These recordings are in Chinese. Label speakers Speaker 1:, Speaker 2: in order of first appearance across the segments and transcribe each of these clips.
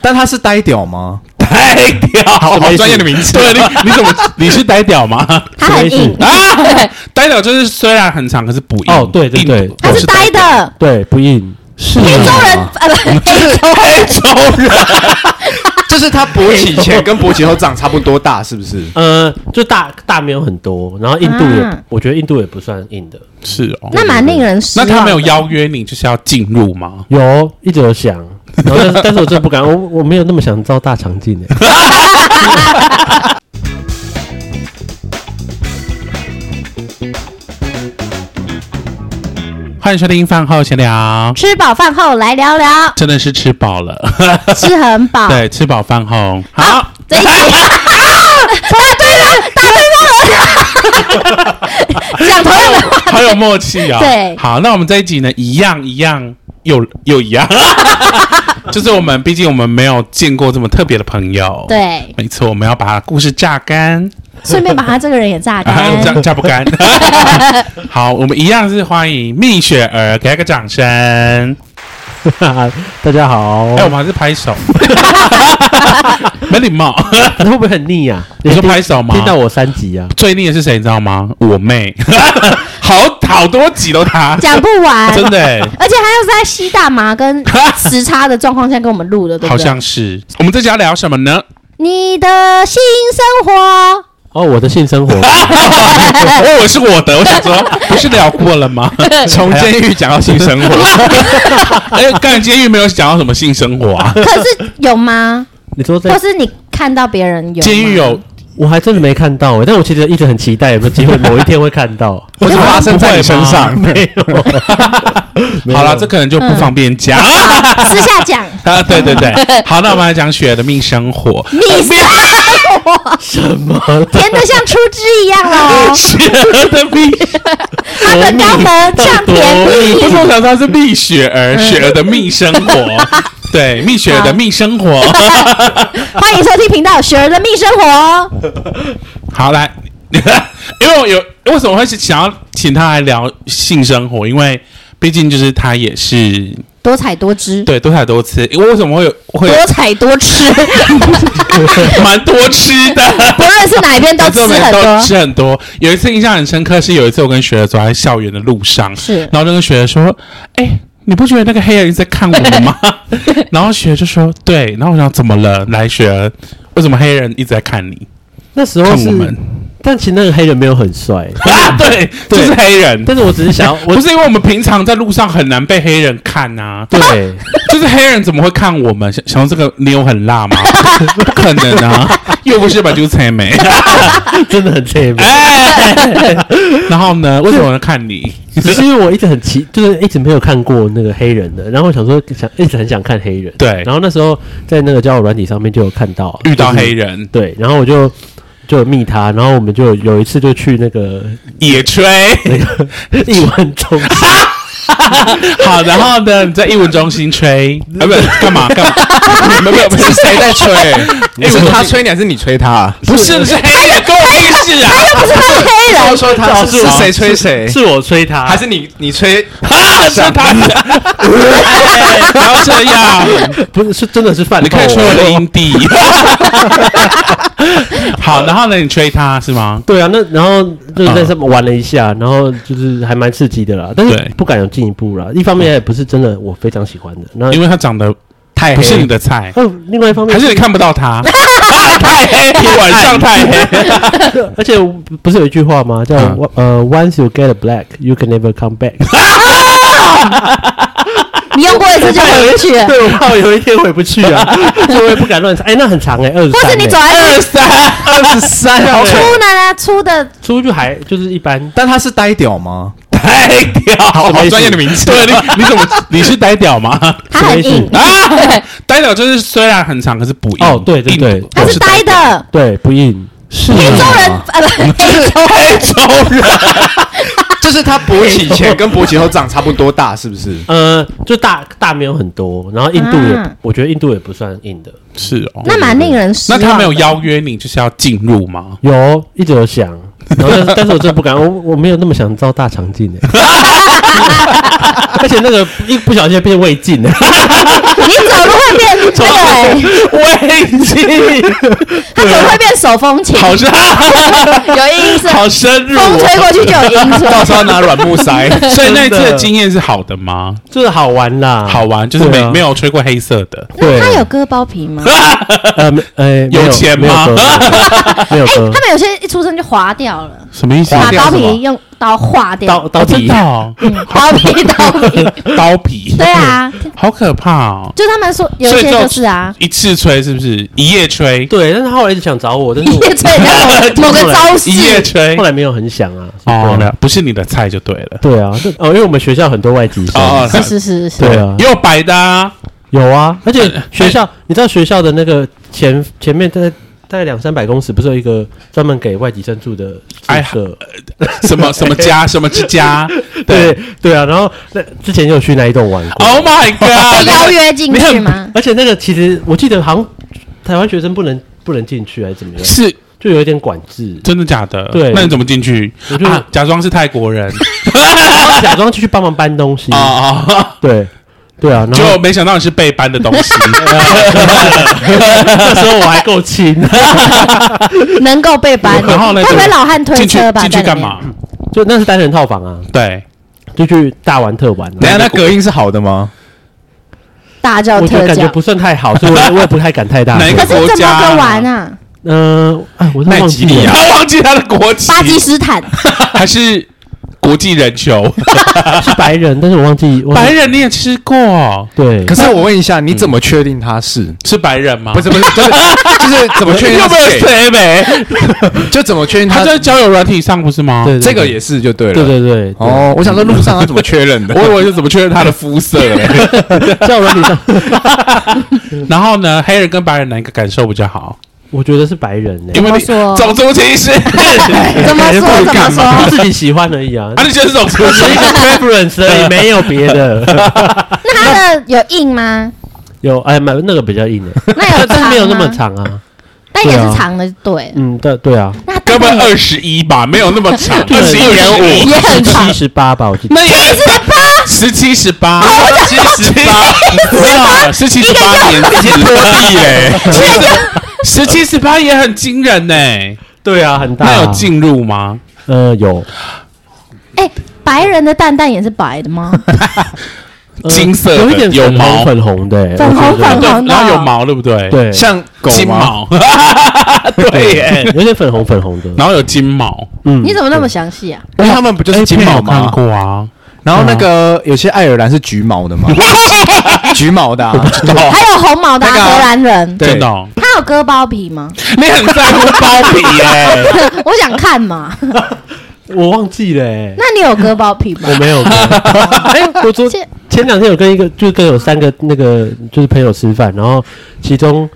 Speaker 1: 但他是呆屌吗？
Speaker 2: 呆屌，
Speaker 1: 好专业的名词
Speaker 2: 对，你你怎么你是呆屌吗？
Speaker 3: 他很硬，
Speaker 2: 啊， 呆屌就是虽然很长，可是不硬。
Speaker 4: 哦对对对
Speaker 2: 硬
Speaker 3: 他是呆
Speaker 2: 啊
Speaker 3: 的。
Speaker 4: 对，不硬是
Speaker 3: 非洲 人啊，不是非洲人，
Speaker 2: 超人，
Speaker 1: 就是他勃起前跟勃起后长差不多大，是不是？
Speaker 4: 呃，就大大没有很多，然后印度也，
Speaker 3: 啊
Speaker 4: 我觉得印度也不算硬的，
Speaker 2: 是哦。
Speaker 3: 那蛮令人失
Speaker 2: 那
Speaker 3: 望的。
Speaker 2: 他没有邀约你，就是要进入吗？
Speaker 4: 有一直有想，然后但是但是我真的不敢，我我没有那么想照大肠镜诶。
Speaker 2: 欢迎收听饭后闲聊，
Speaker 3: 吃饱饭后来聊 聊，
Speaker 2: 真的是吃饱了，
Speaker 3: 吃很 饱。
Speaker 2: 对，吃饱饭后好。
Speaker 3: 这一集答对了，答对方了，讲同 样的话，
Speaker 2: 好有默契啊、
Speaker 3: 对
Speaker 2: 好，那我们这一集呢，一样一样又又 一样，就是我们毕竟我们没有见过这么特别的朋友，，
Speaker 3: 对，
Speaker 2: 没错，我们要把故事榨干，
Speaker 3: 顺便把他这个人也榨
Speaker 2: 啊
Speaker 1: 哎
Speaker 3: 干。
Speaker 2: 榨榨不 干。好，我们一样是欢迎蜜雪儿，给她个掌声。哎、
Speaker 4: 大家好，
Speaker 1: 哦
Speaker 2: 我们还是拍 手，没礼貌。
Speaker 4: 那会不会很腻呀？
Speaker 2: 你说
Speaker 4: 听
Speaker 2: 拍手吗？
Speaker 4: 听到我三级啊？
Speaker 2: 最腻的是谁，你知道吗？我妹，好好多集都她，
Speaker 3: 讲不完，
Speaker 2: 真的、欸。
Speaker 3: 而且他又是在吸大麻 跟时差的状况下跟我们录的，对
Speaker 2: 好
Speaker 3: 不对？
Speaker 2: 像是。我们这集要聊什么 呢？
Speaker 3: 你的新生 活，
Speaker 4: 哦，我的性生活
Speaker 2: 啊哦我我是我的，我想说，不是聊过 了吗？
Speaker 1: 从监狱讲到性生活，
Speaker 2: 哎，刚才监狱没有讲到什么性生活啊？
Speaker 3: 可是有吗？
Speaker 4: 你说在
Speaker 3: 或是你看到别人有吗
Speaker 2: 监狱有，
Speaker 4: 我还真的没看到诶，但我其实一直很期待有没有机会某一天会看 到。
Speaker 1: 或是发生在你身上，
Speaker 4: 没有，没有嗯
Speaker 2: 好了，这可能就不方便讲。
Speaker 3: 私下讲
Speaker 2: 啊，对对 对，好，那我们来讲雪儿的命生活。
Speaker 3: 你生活
Speaker 4: 什么？
Speaker 3: 甜的像出汁一样 喽，
Speaker 2: 雪儿的命，
Speaker 3: 它的肛门像甜
Speaker 2: 不
Speaker 3: 蜜
Speaker 2: 是。我想说是蜜雪儿，雪儿的命生 活。对，蜜雪儿的命生活。
Speaker 3: 欢迎收听频道《雪儿的蜜生活》哦，
Speaker 2: 好，来， 因为我有为什么会想要请他来聊性生活？因为毕竟就是他也是
Speaker 3: 多彩多姿，
Speaker 2: 对多才多姿。我为什么会有会
Speaker 3: 多彩多 吃，
Speaker 2: 有蛮多吃的？
Speaker 3: 不论是哪一边都吃
Speaker 2: 每次
Speaker 3: 很
Speaker 2: 我们都
Speaker 3: 多。
Speaker 2: 吃很多。有一次印象很深刻，是有一次我跟学儿走在校园的路上，
Speaker 3: 是
Speaker 2: 然后就跟学儿说：“哎、你不觉得那个黑人一直在看我们吗？” 然后学儿就说：“对。”然后我想怎么了？来，学儿，为什么黑人一直在看 你？
Speaker 4: 那时候
Speaker 2: 看
Speaker 4: 是
Speaker 2: 我，们
Speaker 4: 但其实那个黑人没有很帅，
Speaker 2: 啊？对，就是黑人。
Speaker 4: 但是我只是想要， 我
Speaker 2: 不是因为我们平常在路上很难被黑人看啊，
Speaker 4: 对，
Speaker 2: 就是黑人怎么会看我们？想想说这个妞很辣吗？ 不可能啊，又不是把就才 美。
Speaker 4: 真的很 t
Speaker 2: 哎，然后呢？为什么我要看你？
Speaker 4: 只是因为我一直很奇，就是一直没有看过那个黑人的，然后我想说想一直很想看黑人，
Speaker 2: 对
Speaker 4: 然后那时候在那个交友软体上面就有看到
Speaker 2: 遇到，
Speaker 4: 就
Speaker 2: 黑
Speaker 4: 是
Speaker 2: 人
Speaker 4: 对，然后我就就有密他，然后我们就有一次就去那个
Speaker 2: 野炊，
Speaker 4: 那个一万中心，
Speaker 2: 好，然后呢？你在艺文中心吹， 啊，不是干嘛 干嘛？没有没有，不
Speaker 1: 是
Speaker 2: 是
Speaker 1: 谁在吹？
Speaker 2: 你
Speaker 1: 是
Speaker 2: 说
Speaker 1: 他吹你还是你吹他啊？
Speaker 2: 不是是黑人，跟我屁事啊！
Speaker 3: 不是他是黑人，
Speaker 1: 都说他是 是谁吹谁，
Speaker 4: 是我吹他，
Speaker 1: 还是你你吹？
Speaker 2: 啊，是他，哎不要这样。
Speaker 4: 不是是真的是啊 犯？
Speaker 2: 你看所有的阴 蒂。好，然后呢？你吹他是吗？
Speaker 4: 对啊，那然后就是在上面玩了一下，然后就是还蛮刺激的啦，但
Speaker 2: 对
Speaker 4: 是不敢有进一步啦。一方面也不是真的我非常喜欢的，那
Speaker 2: 因为他长得
Speaker 1: 太
Speaker 2: 不
Speaker 1: 黑
Speaker 2: 是
Speaker 1: 了
Speaker 2: 你的菜，
Speaker 4: 哦，另外一方面
Speaker 2: 呃 还是你看不到他？ 太黑， 晚上太黑。
Speaker 4: 而且不是有一句话吗？叫、
Speaker 2: 嗯
Speaker 4: 呃，Once you get a black, you can never come back。
Speaker 3: 你用过一次就回 不去 了，
Speaker 4: 对，我怕我有一天回不去啊，所以我也不敢乱猜。哎、那很长哎、二十
Speaker 3: 或
Speaker 4: 三。
Speaker 3: 是你走在
Speaker 1: 二 三二十三，好可
Speaker 3: 粗呢呢粗的，
Speaker 4: 出去还就是一般，
Speaker 1: 但他是呆屌吗？
Speaker 2: 呆屌，好
Speaker 4: 专业的
Speaker 2: 名词。对，你你怎么你是呆屌吗？
Speaker 3: 它很
Speaker 4: 什么意
Speaker 3: 硬
Speaker 4: 思，
Speaker 2: 啊，呆屌就是虽然很长，可是不硬。
Speaker 4: 哦对对对
Speaker 2: 硬
Speaker 3: 它是呆的。
Speaker 4: 对，不硬是
Speaker 3: 非洲人
Speaker 2: 嗯
Speaker 1: 啊
Speaker 3: 啊，不非 洲
Speaker 2: 黑洲人，
Speaker 1: 就是他勃起前跟勃起后长差不多大，是不是？
Speaker 4: 呃，就大大没有很多，然后印度也，
Speaker 3: 啊
Speaker 4: 我觉得印度也不算硬的，
Speaker 2: 是哦。
Speaker 3: 那蛮令人失啊
Speaker 2: 那
Speaker 3: 望的。
Speaker 2: 他没有邀约你，就是要进入吗？
Speaker 4: 有一直有想，然后但是但 是我真的不敢，我我没有那么想遭大肠镜的，而且那个一不小心变胃镜欸了，
Speaker 3: 你走路 会变那个欸，
Speaker 2: 胃镜，
Speaker 3: 他怎么会变手风琴？
Speaker 2: 好深，
Speaker 3: 有音色，
Speaker 2: 好深入哦。
Speaker 3: 风吹过去就有音色。
Speaker 1: 到时候要拿软木塞，
Speaker 2: 所以那一次
Speaker 4: 真
Speaker 2: 的
Speaker 4: 的
Speaker 2: 经验是好的吗？
Speaker 4: 就是好玩啦，
Speaker 2: 好玩，就是没、
Speaker 4: 对啊
Speaker 2: 没有吹过黑色的。
Speaker 3: 那他有割包皮 吗？
Speaker 4: 呃没呃没
Speaker 2: 有钱
Speaker 4: 没有
Speaker 2: 吗
Speaker 4: 割没有
Speaker 3: 哎、
Speaker 4: 割
Speaker 3: 他们有些一出生就划掉了，
Speaker 2: 什么意 思？
Speaker 3: 把
Speaker 1: 掉
Speaker 3: 包
Speaker 1: 是吗
Speaker 3: 皮用刀划掉，
Speaker 4: 刀刀
Speaker 2: 真
Speaker 4: 底
Speaker 2: 的、哦，
Speaker 3: 嗯，包皮刀皮，
Speaker 2: 刀 皮，
Speaker 3: 对啊，
Speaker 2: 好可怕哦！
Speaker 3: 就他们说有一些就是啊，
Speaker 2: 一次吹是不是？一夜吹，
Speaker 4: 对，但是他 后来一直想找我，但是
Speaker 3: 一夜吹人家某某个招式，
Speaker 2: 一夜吹
Speaker 4: 我后。来没有很想啊，
Speaker 2: 哦，
Speaker 4: 对
Speaker 2: 没
Speaker 4: 啊
Speaker 2: 有不是你的菜就对了。
Speaker 4: 对啊，这哦因为我们学校很多外籍生，
Speaker 2: 哦，
Speaker 3: 是是是是，
Speaker 4: 对啊
Speaker 2: 也有白的啊，
Speaker 4: 有啊，而且
Speaker 2: 哎
Speaker 4: 学校，你知道学校的那个前前面大概大概两三百公尺，不是有一个专门给外籍生住的
Speaker 2: 哎
Speaker 4: 宿舍？
Speaker 2: 什么什么家，什么之家。
Speaker 4: 对对啊，然后那之前就有去那一栋玩过，
Speaker 2: ，Oh my
Speaker 3: 被
Speaker 2: god！
Speaker 3: 邀约进
Speaker 4: 没
Speaker 3: 去
Speaker 4: 有
Speaker 3: 吗？
Speaker 4: 而且那个其实我记得好像台湾学生不能不能进去还是怎么样，
Speaker 2: 是
Speaker 4: 就有一点管制，
Speaker 2: 真的假的？
Speaker 4: 对
Speaker 2: 那你怎么进去？
Speaker 4: 我就
Speaker 2: 啊，假装是泰国人
Speaker 4: 假装去帮忙搬东 西
Speaker 2: 啊，啊！
Speaker 4: 对对啊，然后
Speaker 2: 就没想到你是被搬的东 西。
Speaker 4: 那时候我还够轻，
Speaker 3: 能够被搬，
Speaker 2: 然后呢
Speaker 3: 会不会老汉推
Speaker 2: 进去
Speaker 3: 车吧？
Speaker 2: 进去
Speaker 3: 在里
Speaker 2: 干
Speaker 3: 面
Speaker 2: 嘛？？
Speaker 4: 就那是单人套房啊，
Speaker 2: 对，
Speaker 4: 就去大玩特玩啊。
Speaker 1: 等一下那隔音是好的吗？
Speaker 3: 大叫
Speaker 4: 我觉
Speaker 3: 特
Speaker 4: 得感觉
Speaker 3: 叫，
Speaker 4: 不算太好，所以 我也我也不太敢太大
Speaker 2: 哪一
Speaker 4: 声
Speaker 2: 个。
Speaker 3: 可是
Speaker 2: 国
Speaker 3: 怎
Speaker 2: 家
Speaker 3: 么
Speaker 2: 啊
Speaker 3: 个玩啊？
Speaker 4: 嗯，哎，我真的
Speaker 2: 奈
Speaker 4: 忘
Speaker 2: 吉啊
Speaker 4: 记
Speaker 2: 利
Speaker 4: 了
Speaker 2: 亚，。他忘记他的国籍，
Speaker 3: 巴基斯坦，
Speaker 2: 还是国际人 球？
Speaker 4: 是白人，但是我忘记忘记
Speaker 2: 白人你也吃过，
Speaker 4: 对，
Speaker 1: 可是我问一下，你怎么确定他是？
Speaker 2: 是白人吗？
Speaker 1: 不是不是，就是就是怎么确定
Speaker 2: 有
Speaker 1: 他
Speaker 2: 没有
Speaker 1: 是 gay？
Speaker 2: 谁没？
Speaker 1: 就怎么确定
Speaker 2: 他
Speaker 1: 他？
Speaker 2: 在交友软体上不是吗？
Speaker 4: 对
Speaker 1: 这个也是就对了。
Speaker 4: 对对对，
Speaker 1: 哦，我想说路上他怎 么确认的？
Speaker 2: 我以为是怎么确认他的肤色嘞？
Speaker 4: 对在我软体上，
Speaker 2: 然后呢，黑人跟白人哪一个感受比较好？
Speaker 4: 我觉得是白人呢
Speaker 2: 因，为你
Speaker 3: 怎么说
Speaker 2: 种族歧 视，啊，
Speaker 3: 怎么
Speaker 4: 哎不
Speaker 3: 说怎么
Speaker 4: 敢 嘛自
Speaker 3: 说？
Speaker 4: 己喜欢而已啊，
Speaker 2: 你就是种族
Speaker 4: 只
Speaker 2: 歧
Speaker 4: 是一个 preference 而已，没有别的。
Speaker 3: 那他的有硬吗？
Speaker 4: 有哎，没有那个比较硬的，
Speaker 3: 那有
Speaker 4: 但但
Speaker 3: 长
Speaker 4: 是没有那么
Speaker 3: 吗，
Speaker 4: 长啊。
Speaker 3: 但也
Speaker 4: 对啊
Speaker 3: 是长的，对。
Speaker 4: 嗯，对对啊，
Speaker 3: 那
Speaker 2: 根
Speaker 3: 大概
Speaker 2: 本二十一 吧，没有那么长，
Speaker 4: 对
Speaker 2: 二十一点五，
Speaker 3: 也很长
Speaker 4: 七，十八吧，我记得。
Speaker 2: 那也十七十八，七十八，没有十七十八年自己落地耶，十七十八也很惊人呢。
Speaker 4: 对啊，很大啊。
Speaker 2: 那有进入吗？
Speaker 4: 呃有
Speaker 3: 哎、白人的蛋蛋也是白的吗？
Speaker 4: 呃
Speaker 2: 金色的
Speaker 4: 有一点
Speaker 2: 有
Speaker 4: 粉
Speaker 2: 毛
Speaker 4: 红粉红的欸，
Speaker 3: 粉红
Speaker 4: 我觉得
Speaker 3: 粉红的
Speaker 2: 然后有毛，对不啊对？，
Speaker 4: 对，
Speaker 1: 像狗
Speaker 2: 金
Speaker 1: 吗？
Speaker 2: 毛，对哎耶。
Speaker 4: 有点粉红粉红的。
Speaker 2: 然后有金毛，
Speaker 4: 嗯
Speaker 3: 你怎么那么详细啊？
Speaker 1: 因为他们不就是金毛
Speaker 2: 看
Speaker 1: 吗？
Speaker 2: 过啊，
Speaker 1: 然后那个有些爱尔兰是橘毛 的嘛，橘毛的啊，
Speaker 2: 哦
Speaker 3: 还有红毛的啊
Speaker 1: 那个啊
Speaker 3: 荷兰人，
Speaker 1: 对
Speaker 2: 真的哦，
Speaker 3: 他有割包皮吗？
Speaker 2: 你很在乎包皮耶。
Speaker 3: 我想看嘛。
Speaker 4: 我忘记了欸，
Speaker 3: 那你有割包皮吗
Speaker 4: 我？没有过。 哎，我昨
Speaker 3: 切
Speaker 4: 前两天有跟一个，就是跟有三个那个就是朋友吃饭，然后其中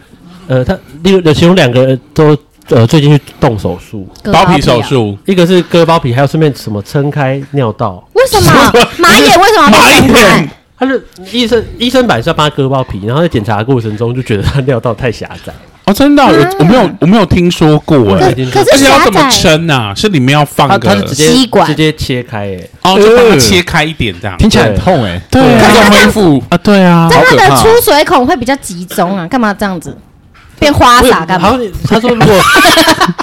Speaker 4: 呃，他另有其中两个人都呃最近去动手术，
Speaker 3: 割
Speaker 2: 包
Speaker 3: 皮
Speaker 2: 皮手
Speaker 3: 啊？
Speaker 2: 术，
Speaker 4: 一个是割包皮，还有顺便什么撑开尿道。
Speaker 3: 为 什么马眼为什么
Speaker 2: 马
Speaker 3: 被
Speaker 2: 眼
Speaker 3: 分开？
Speaker 4: 他是医生，医生本来是要帮他割包皮，然后在检查的过程中就觉得他尿道太狭窄，
Speaker 2: 哦，真的哦，
Speaker 3: 啊
Speaker 2: 我我没有我没有听说过哎，
Speaker 4: 对
Speaker 3: 可可
Speaker 2: 而
Speaker 3: 是
Speaker 2: 且要
Speaker 3: 狭
Speaker 2: 怎么
Speaker 3: 窄，
Speaker 2: 撑啊？是里面要放
Speaker 4: 他
Speaker 2: 个
Speaker 4: 他是直接
Speaker 3: 吸管
Speaker 4: 直接切开、欸，
Speaker 2: 哦，就把它切开一点这样
Speaker 1: 听起来很痛哎。
Speaker 2: 对啊
Speaker 1: 要恢复
Speaker 2: 啊，对啊
Speaker 3: 但
Speaker 1: 好
Speaker 3: 他
Speaker 1: 可
Speaker 3: 的
Speaker 1: 怕
Speaker 3: 出水孔会比较集中啊，干嘛这样子？变花
Speaker 4: 我也
Speaker 3: 洒干
Speaker 4: 好
Speaker 3: 嘛？
Speaker 4: 像他说 如果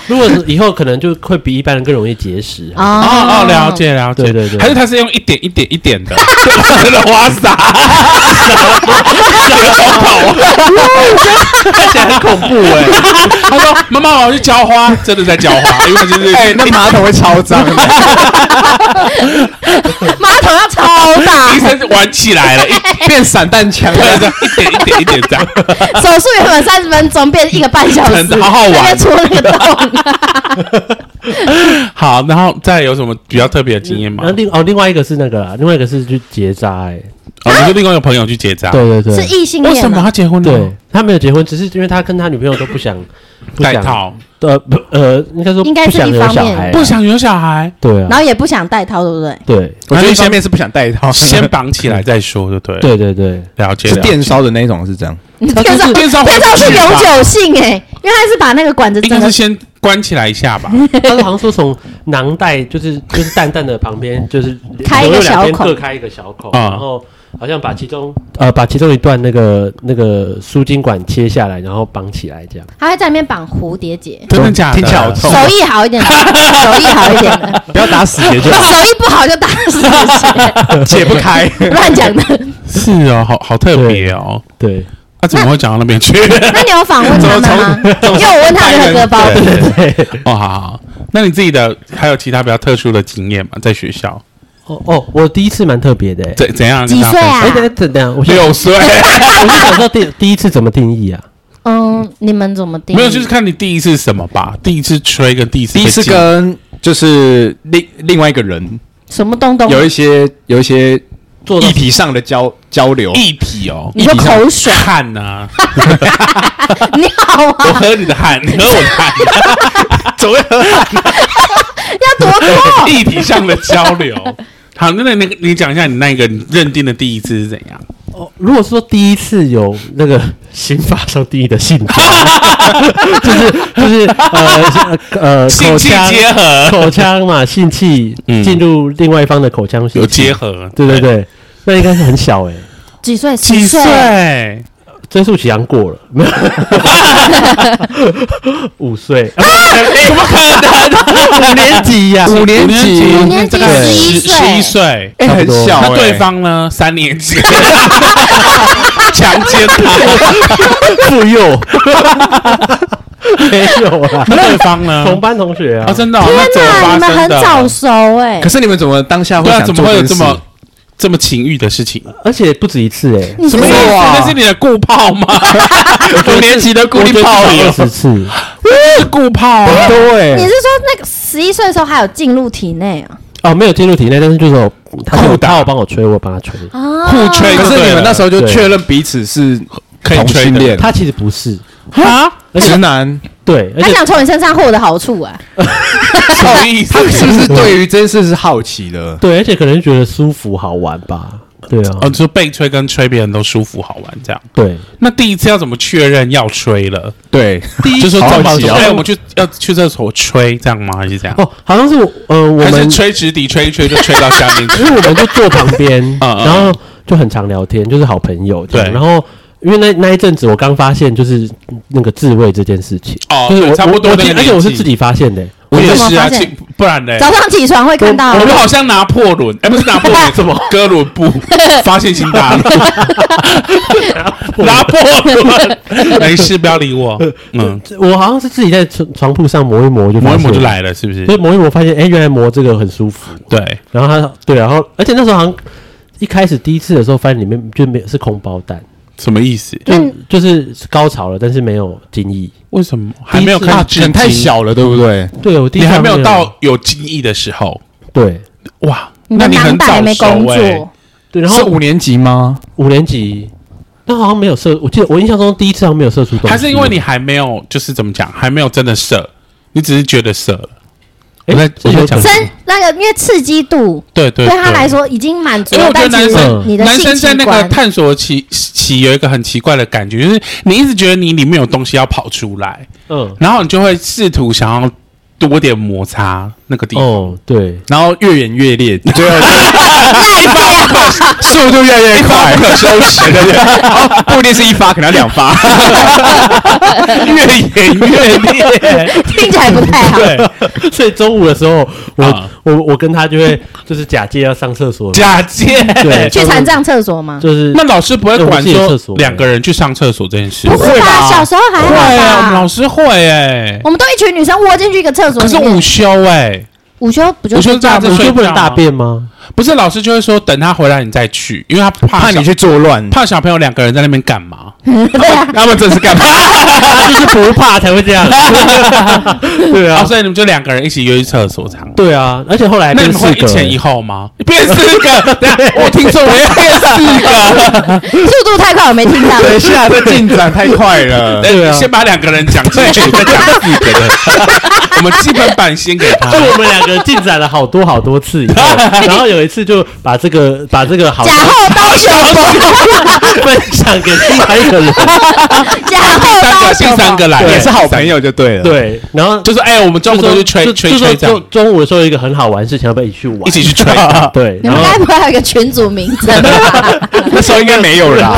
Speaker 4: 如果是以后可能就会比一般人更容易结石、
Speaker 3: 哦
Speaker 2: 哦哦，了。解了解，
Speaker 4: 对对对
Speaker 2: 还是他是用一点一点一点 的，就真的花 洒，
Speaker 4: 看起来很恐怖哎、
Speaker 2: 他说：“妈妈，我要去浇花，真的在浇花，因为就是
Speaker 1: 哎，那马桶会超脏 的，
Speaker 3: 马桶要超 大
Speaker 2: 医，生玩起来了，一
Speaker 1: 变散弹枪
Speaker 2: 对
Speaker 1: 了。
Speaker 2: 对，一点一点一点这样，
Speaker 3: 手术原本三十分钟变一个半小时，
Speaker 2: 真的好好玩
Speaker 3: 在那边戳那个洞。
Speaker 2: 好，然后再有什么比较特别的经验吗
Speaker 4: 然后？另哦，另外一个是那个啦，另外一个是去结扎哎、
Speaker 2: 哦，你说另外一个朋友去结扎，
Speaker 4: 对对对，
Speaker 3: 是异性
Speaker 2: 为
Speaker 3: 恋
Speaker 2: 什么
Speaker 3: 啊，
Speaker 2: 他结婚
Speaker 4: 对
Speaker 2: 了？
Speaker 4: 他没有结婚，只是因为他跟他女朋友都不想不
Speaker 2: 戴
Speaker 4: 想
Speaker 2: 套，
Speaker 4: 呃不呃，应该说
Speaker 3: 应该
Speaker 4: 不
Speaker 3: 是
Speaker 4: 想
Speaker 3: 一
Speaker 4: 有
Speaker 3: 方
Speaker 4: 小
Speaker 3: 面
Speaker 4: 孩啊，
Speaker 2: 不想有小孩，
Speaker 4: 对啊
Speaker 3: 然，后也不想戴套，对不对？
Speaker 4: 对
Speaker 1: 我觉得一方面是不想带套，
Speaker 2: 先绑起来再说，对不对？，
Speaker 4: 对对对，
Speaker 2: 了解。
Speaker 1: 是
Speaker 2: 了解
Speaker 1: 电烧的那种，是这样。
Speaker 4: 他
Speaker 3: 电
Speaker 4: 就是
Speaker 3: 烧
Speaker 2: 电烧回
Speaker 3: 电
Speaker 2: 不去
Speaker 3: 烧是永欸
Speaker 2: 吧，
Speaker 3: 久性哎、因为他是把那个管子
Speaker 2: 应
Speaker 3: 整
Speaker 2: 该
Speaker 3: 个
Speaker 2: 是先关起来一下吧。
Speaker 4: 他是好像说从囊袋就是就是蛋蛋的旁边就是
Speaker 3: 开一个
Speaker 4: 左右两边
Speaker 3: 小口
Speaker 4: 各开一个小口，
Speaker 2: 啊
Speaker 4: 然后好像把其中呃把其中一段那个那个输精管切下来，然后绑起来这样。
Speaker 3: 他会在里面绑蝴蝶结，
Speaker 2: 真的假的？
Speaker 1: 听起来好痛
Speaker 2: 啊
Speaker 3: 手艺好 一点的，手艺好一点的，
Speaker 1: 不要打死结就好，
Speaker 3: 手艺不好就打死结，
Speaker 1: 解不开。
Speaker 3: 乱讲的。
Speaker 2: 是哦，好好特别哦。
Speaker 4: 对，
Speaker 2: 他怎么会讲到那边去？
Speaker 3: 那你有访问他们吗？因为我问他们的割包皮，
Speaker 2: 哦，好好好。那你自己的还有其他比较特殊的经验吗？在学校
Speaker 4: 哦哦，我第一次蛮特别的、欸。
Speaker 2: 怎怎样？
Speaker 3: 几岁啊
Speaker 4: 哎、等等等一下，我想
Speaker 2: 六岁，
Speaker 1: 哎
Speaker 4: 我是想知道第第一次怎么定义啊？
Speaker 3: 嗯，你们怎么定义？
Speaker 2: 没有，就是看你第一次什么吧。第一次吹跟第一次
Speaker 1: 第一次
Speaker 2: 被亲
Speaker 1: 跟就是另另外一个人
Speaker 3: 什么东东，
Speaker 1: 有一些有一些
Speaker 4: 做到
Speaker 1: 议题上的交交流，
Speaker 2: 一体哦，
Speaker 3: 你说口水，
Speaker 2: 汗 呐，
Speaker 3: 你好啊，
Speaker 2: 我喝你的汗，你喝我的 汗，
Speaker 1: 总要
Speaker 3: 要多多。
Speaker 2: 一体上的交流。好，那那那个你讲一下你那个你认定的第一次是怎样？
Speaker 4: 哦，如果说第一次有那个刑法上定义的性交， 就是就是呃呃
Speaker 2: 性
Speaker 4: 口
Speaker 2: 器
Speaker 4: 腔
Speaker 2: 结合
Speaker 4: 口腔嘛，性器
Speaker 2: 嗯
Speaker 4: 进入另外一方的口腔性器
Speaker 2: 有结，合，
Speaker 4: 对对，对，那应该是很小哎、欸，
Speaker 3: 几岁？
Speaker 2: 几
Speaker 3: 岁？
Speaker 2: 岁？哦
Speaker 4: 追溯期好像 过了，没有五岁，
Speaker 2: 怎么可能？
Speaker 4: 五年级呀、
Speaker 1: 五年级
Speaker 3: 五年级
Speaker 2: 十
Speaker 3: 11岁
Speaker 2: 十一岁，
Speaker 1: 哎
Speaker 4: 差不
Speaker 1: 很
Speaker 4: 多
Speaker 1: 小
Speaker 2: 那
Speaker 1: 欸，
Speaker 2: 对方呢？三年级，强奸 他，
Speaker 4: 妇幼，没有啦，
Speaker 2: 那对方呢？
Speaker 4: 同班同学
Speaker 2: 啊，
Speaker 4: 啊，
Speaker 2: 真的哦，
Speaker 3: 天
Speaker 2: 那怎么
Speaker 3: 哪，
Speaker 2: 发
Speaker 3: 你们
Speaker 2: 生
Speaker 3: 很
Speaker 2: 的
Speaker 3: 早熟哎、
Speaker 1: 可是你们怎么当下会
Speaker 2: 对啊，
Speaker 1: 想
Speaker 2: 怎么
Speaker 1: 做
Speaker 2: 会有
Speaker 1: 件
Speaker 2: 这
Speaker 1: 事？
Speaker 2: 么这么情欲的事情？
Speaker 4: 而且不止一次哎、欸，
Speaker 3: 你是
Speaker 1: 什么意思哇
Speaker 2: 那是你的固炮吗？ 五年级的固
Speaker 4: 我
Speaker 2: 定
Speaker 4: 追溯
Speaker 2: 炮
Speaker 4: 了
Speaker 2: 友
Speaker 4: 二，十次。
Speaker 2: 是固炮 啊。
Speaker 1: 对
Speaker 3: 你是说那个十一岁的时候还有进入体内啊？
Speaker 4: 哦，没有进入体内，但是就是有他
Speaker 2: 酷
Speaker 4: 有
Speaker 2: 打
Speaker 4: 他有帮我吹，我有帮他吹。
Speaker 3: 啊，
Speaker 2: 互吹
Speaker 1: 可是你们那时候就
Speaker 4: 对
Speaker 1: 确认彼此是
Speaker 2: 可以
Speaker 1: 同
Speaker 2: 吹
Speaker 1: 性
Speaker 2: 的
Speaker 1: 恋，
Speaker 4: 他其实不是，
Speaker 2: 啊，
Speaker 4: 而
Speaker 1: 直
Speaker 4: 且
Speaker 1: 男，
Speaker 4: 对，而
Speaker 3: 他
Speaker 4: 且
Speaker 3: 想从你身上获得好处啊？
Speaker 2: 什么意思
Speaker 1: 他？ 是不是对于这件事是好奇的？
Speaker 4: 对，而且可能觉得舒服好玩吧。对啊，
Speaker 2: 哦，你说被吹跟吹别人都舒服好玩这样。
Speaker 4: 对，
Speaker 2: 那第一次要怎么确认要吹了？
Speaker 1: 对，
Speaker 2: 第
Speaker 1: 一
Speaker 2: 就说
Speaker 1: 好
Speaker 2: 这么
Speaker 1: 奇哦
Speaker 2: 哎，我们去要去厕所吹这样吗？还是这样？
Speaker 4: 哦，好像是我呃，我
Speaker 2: 还是
Speaker 4: 们
Speaker 2: 吹直笛吹一吹就吹到下面去？，
Speaker 4: 因为我们就坐旁边
Speaker 2: 嗯嗯
Speaker 4: 然后就很常聊天，就是好朋友这样。
Speaker 2: 对
Speaker 4: 然后因为那那一阵子我刚发现就是那个自慰这件事情，
Speaker 2: 哦，
Speaker 4: 就是
Speaker 2: 对
Speaker 4: 我
Speaker 2: 差不多
Speaker 4: 我
Speaker 2: 那个
Speaker 4: 记
Speaker 2: 年
Speaker 4: 而
Speaker 2: 纪。
Speaker 4: 且我是自，己发现的，
Speaker 2: 我也
Speaker 3: 我
Speaker 2: 是
Speaker 3: 怎么
Speaker 2: 啊，
Speaker 3: 发现
Speaker 2: 其不然嘞。
Speaker 3: 早上起床会看到
Speaker 2: 我
Speaker 3: 啊，
Speaker 2: 们好像拿破仑，哎，不是拿破 仑，什么哥伦布发现新大 陆，拿破仑， 没事，不要理我，嗯，
Speaker 4: 我好像是自己在床床铺上磨一磨就
Speaker 2: 磨
Speaker 4: 发
Speaker 2: 一磨就
Speaker 4: 现，
Speaker 2: 来了，是不是
Speaker 4: 所？以磨一磨发现，哎，原来磨这个很舒服。
Speaker 2: 对，
Speaker 4: 然后他对，然后而且那时候好像一开始第一次的时候，发现里面就没有是空包蛋，
Speaker 2: 什么意思？
Speaker 4: 就
Speaker 3: 嗯
Speaker 4: 就是高潮了，但是没有精液。
Speaker 2: 为什么还没有
Speaker 4: 第
Speaker 2: 开
Speaker 4: 一
Speaker 2: 始
Speaker 1: 啊，
Speaker 2: 致
Speaker 1: 可能太
Speaker 2: 敬，
Speaker 1: 小了，对不对？
Speaker 4: 对我第一
Speaker 2: 你
Speaker 4: 次
Speaker 2: 还没有
Speaker 4: 看
Speaker 2: 到有精益的时候，
Speaker 4: 对
Speaker 2: 哇，
Speaker 3: 你
Speaker 2: 那
Speaker 3: 的
Speaker 2: 你
Speaker 3: 囊
Speaker 2: 很
Speaker 3: 袋还
Speaker 2: 早
Speaker 3: 没
Speaker 2: 熟
Speaker 3: 工
Speaker 2: 哎，
Speaker 3: 作，
Speaker 4: 对，然
Speaker 1: 是
Speaker 4: 后
Speaker 1: 五年级吗？
Speaker 4: 五年级，但好像没有射，我记得我印象中第一次好像没有射出东西，
Speaker 2: 还是因为你还没有就是怎么讲，还没有真的射，你只是觉得射了，我
Speaker 4: 哎
Speaker 2: 在
Speaker 4: 是有
Speaker 2: 我在讲
Speaker 3: 真那个因为刺激度
Speaker 2: 对对
Speaker 3: 对
Speaker 2: 对
Speaker 3: 他来说已经满足
Speaker 2: 因为我
Speaker 3: 了，
Speaker 2: 觉得男
Speaker 3: 但其实
Speaker 4: 生
Speaker 3: 你的
Speaker 2: 男
Speaker 3: 性
Speaker 2: 生在
Speaker 3: 器
Speaker 2: 那个
Speaker 3: 官
Speaker 2: 探索期期有一个很奇怪的感觉，就是你一直觉得你里面有东西要跑出来，
Speaker 4: 嗯
Speaker 2: 然后你就会试图想要多点摩擦那个地方。
Speaker 4: 哦对，
Speaker 1: 然后越演越烈，最后
Speaker 2: 一发不可
Speaker 1: 速度越来越快，不可收拾对不对？哦 不一定是一发，可能要两发。
Speaker 2: 越演越烈，
Speaker 3: 听起来不太好。
Speaker 4: 对， 所以中午的时候，我、
Speaker 2: 啊
Speaker 4: 我我跟他就会就是假借要上厕所，
Speaker 2: 假借。
Speaker 4: 对，
Speaker 3: 去残障厕所吗？
Speaker 4: 就是
Speaker 2: 那老师不会管
Speaker 4: 那我
Speaker 2: 说
Speaker 4: 们自己的厕所
Speaker 2: 两个人去上厕所这件事？
Speaker 3: 不会吧？小时候还
Speaker 2: 会啊，我
Speaker 3: 好
Speaker 2: 们
Speaker 3: 吧？
Speaker 2: 老师会哎，
Speaker 3: 我们都一群女生窝进去一个厕所
Speaker 2: 可
Speaker 3: 里
Speaker 2: 是
Speaker 3: 面，
Speaker 2: 午休哎，
Speaker 3: 午休不就
Speaker 2: 午休
Speaker 3: 睡觉
Speaker 2: 大
Speaker 3: 吗
Speaker 2: 家在
Speaker 4: 我
Speaker 2: 睡
Speaker 4: 就不能
Speaker 2: 觉
Speaker 4: 大
Speaker 2: 吗
Speaker 4: 便吗？
Speaker 2: 不是老师就会说等他回来你再去，因为他怕
Speaker 1: 怕
Speaker 2: 小
Speaker 1: 你去作乱，
Speaker 2: 怕小朋友两个人在那边干嘛？
Speaker 1: 他们这是干嘛？
Speaker 4: 就是不怕才会 这样，对
Speaker 2: 然
Speaker 4: 啊
Speaker 2: 后。哦所以你们就两个人一起约去厕所这样。
Speaker 4: 对啊，而且后来
Speaker 2: 那
Speaker 4: 变
Speaker 2: 你们会
Speaker 4: 四
Speaker 2: 一
Speaker 4: 个
Speaker 1: 欸
Speaker 2: 前
Speaker 4: 人
Speaker 2: 一后吗？变四 个，等一下我听错，我要变四个。
Speaker 3: 速度太快，我没听到。
Speaker 1: 等一下，这进展太快 了。
Speaker 4: 对啊
Speaker 2: 先把两个人讲清楚，再讲四个的。我们基本版先给他
Speaker 4: 就。我们两个进展了好多好多次以后，然后有有一次就把这个把这个好
Speaker 3: 假后刀酒
Speaker 4: 分享给另外一个人，
Speaker 3: 假后
Speaker 2: 三
Speaker 3: 刀
Speaker 2: 个，
Speaker 3: 酒
Speaker 2: 第三个来
Speaker 1: 也是好朋友就对了。，
Speaker 4: 对，然后
Speaker 2: 就是哎，我们中午都去吹
Speaker 4: 就
Speaker 2: 吹
Speaker 4: 就
Speaker 2: 吹
Speaker 4: 说
Speaker 2: 这
Speaker 4: 中
Speaker 2: 样，
Speaker 4: 中午的时候有一个很好玩的事情，要不要一起去玩？
Speaker 2: 一起去吹。
Speaker 4: 对，
Speaker 3: 你
Speaker 4: 然
Speaker 3: 们
Speaker 4: 后
Speaker 3: 该不会还有一个群组名称吧？
Speaker 1: 那时候应该没有啦。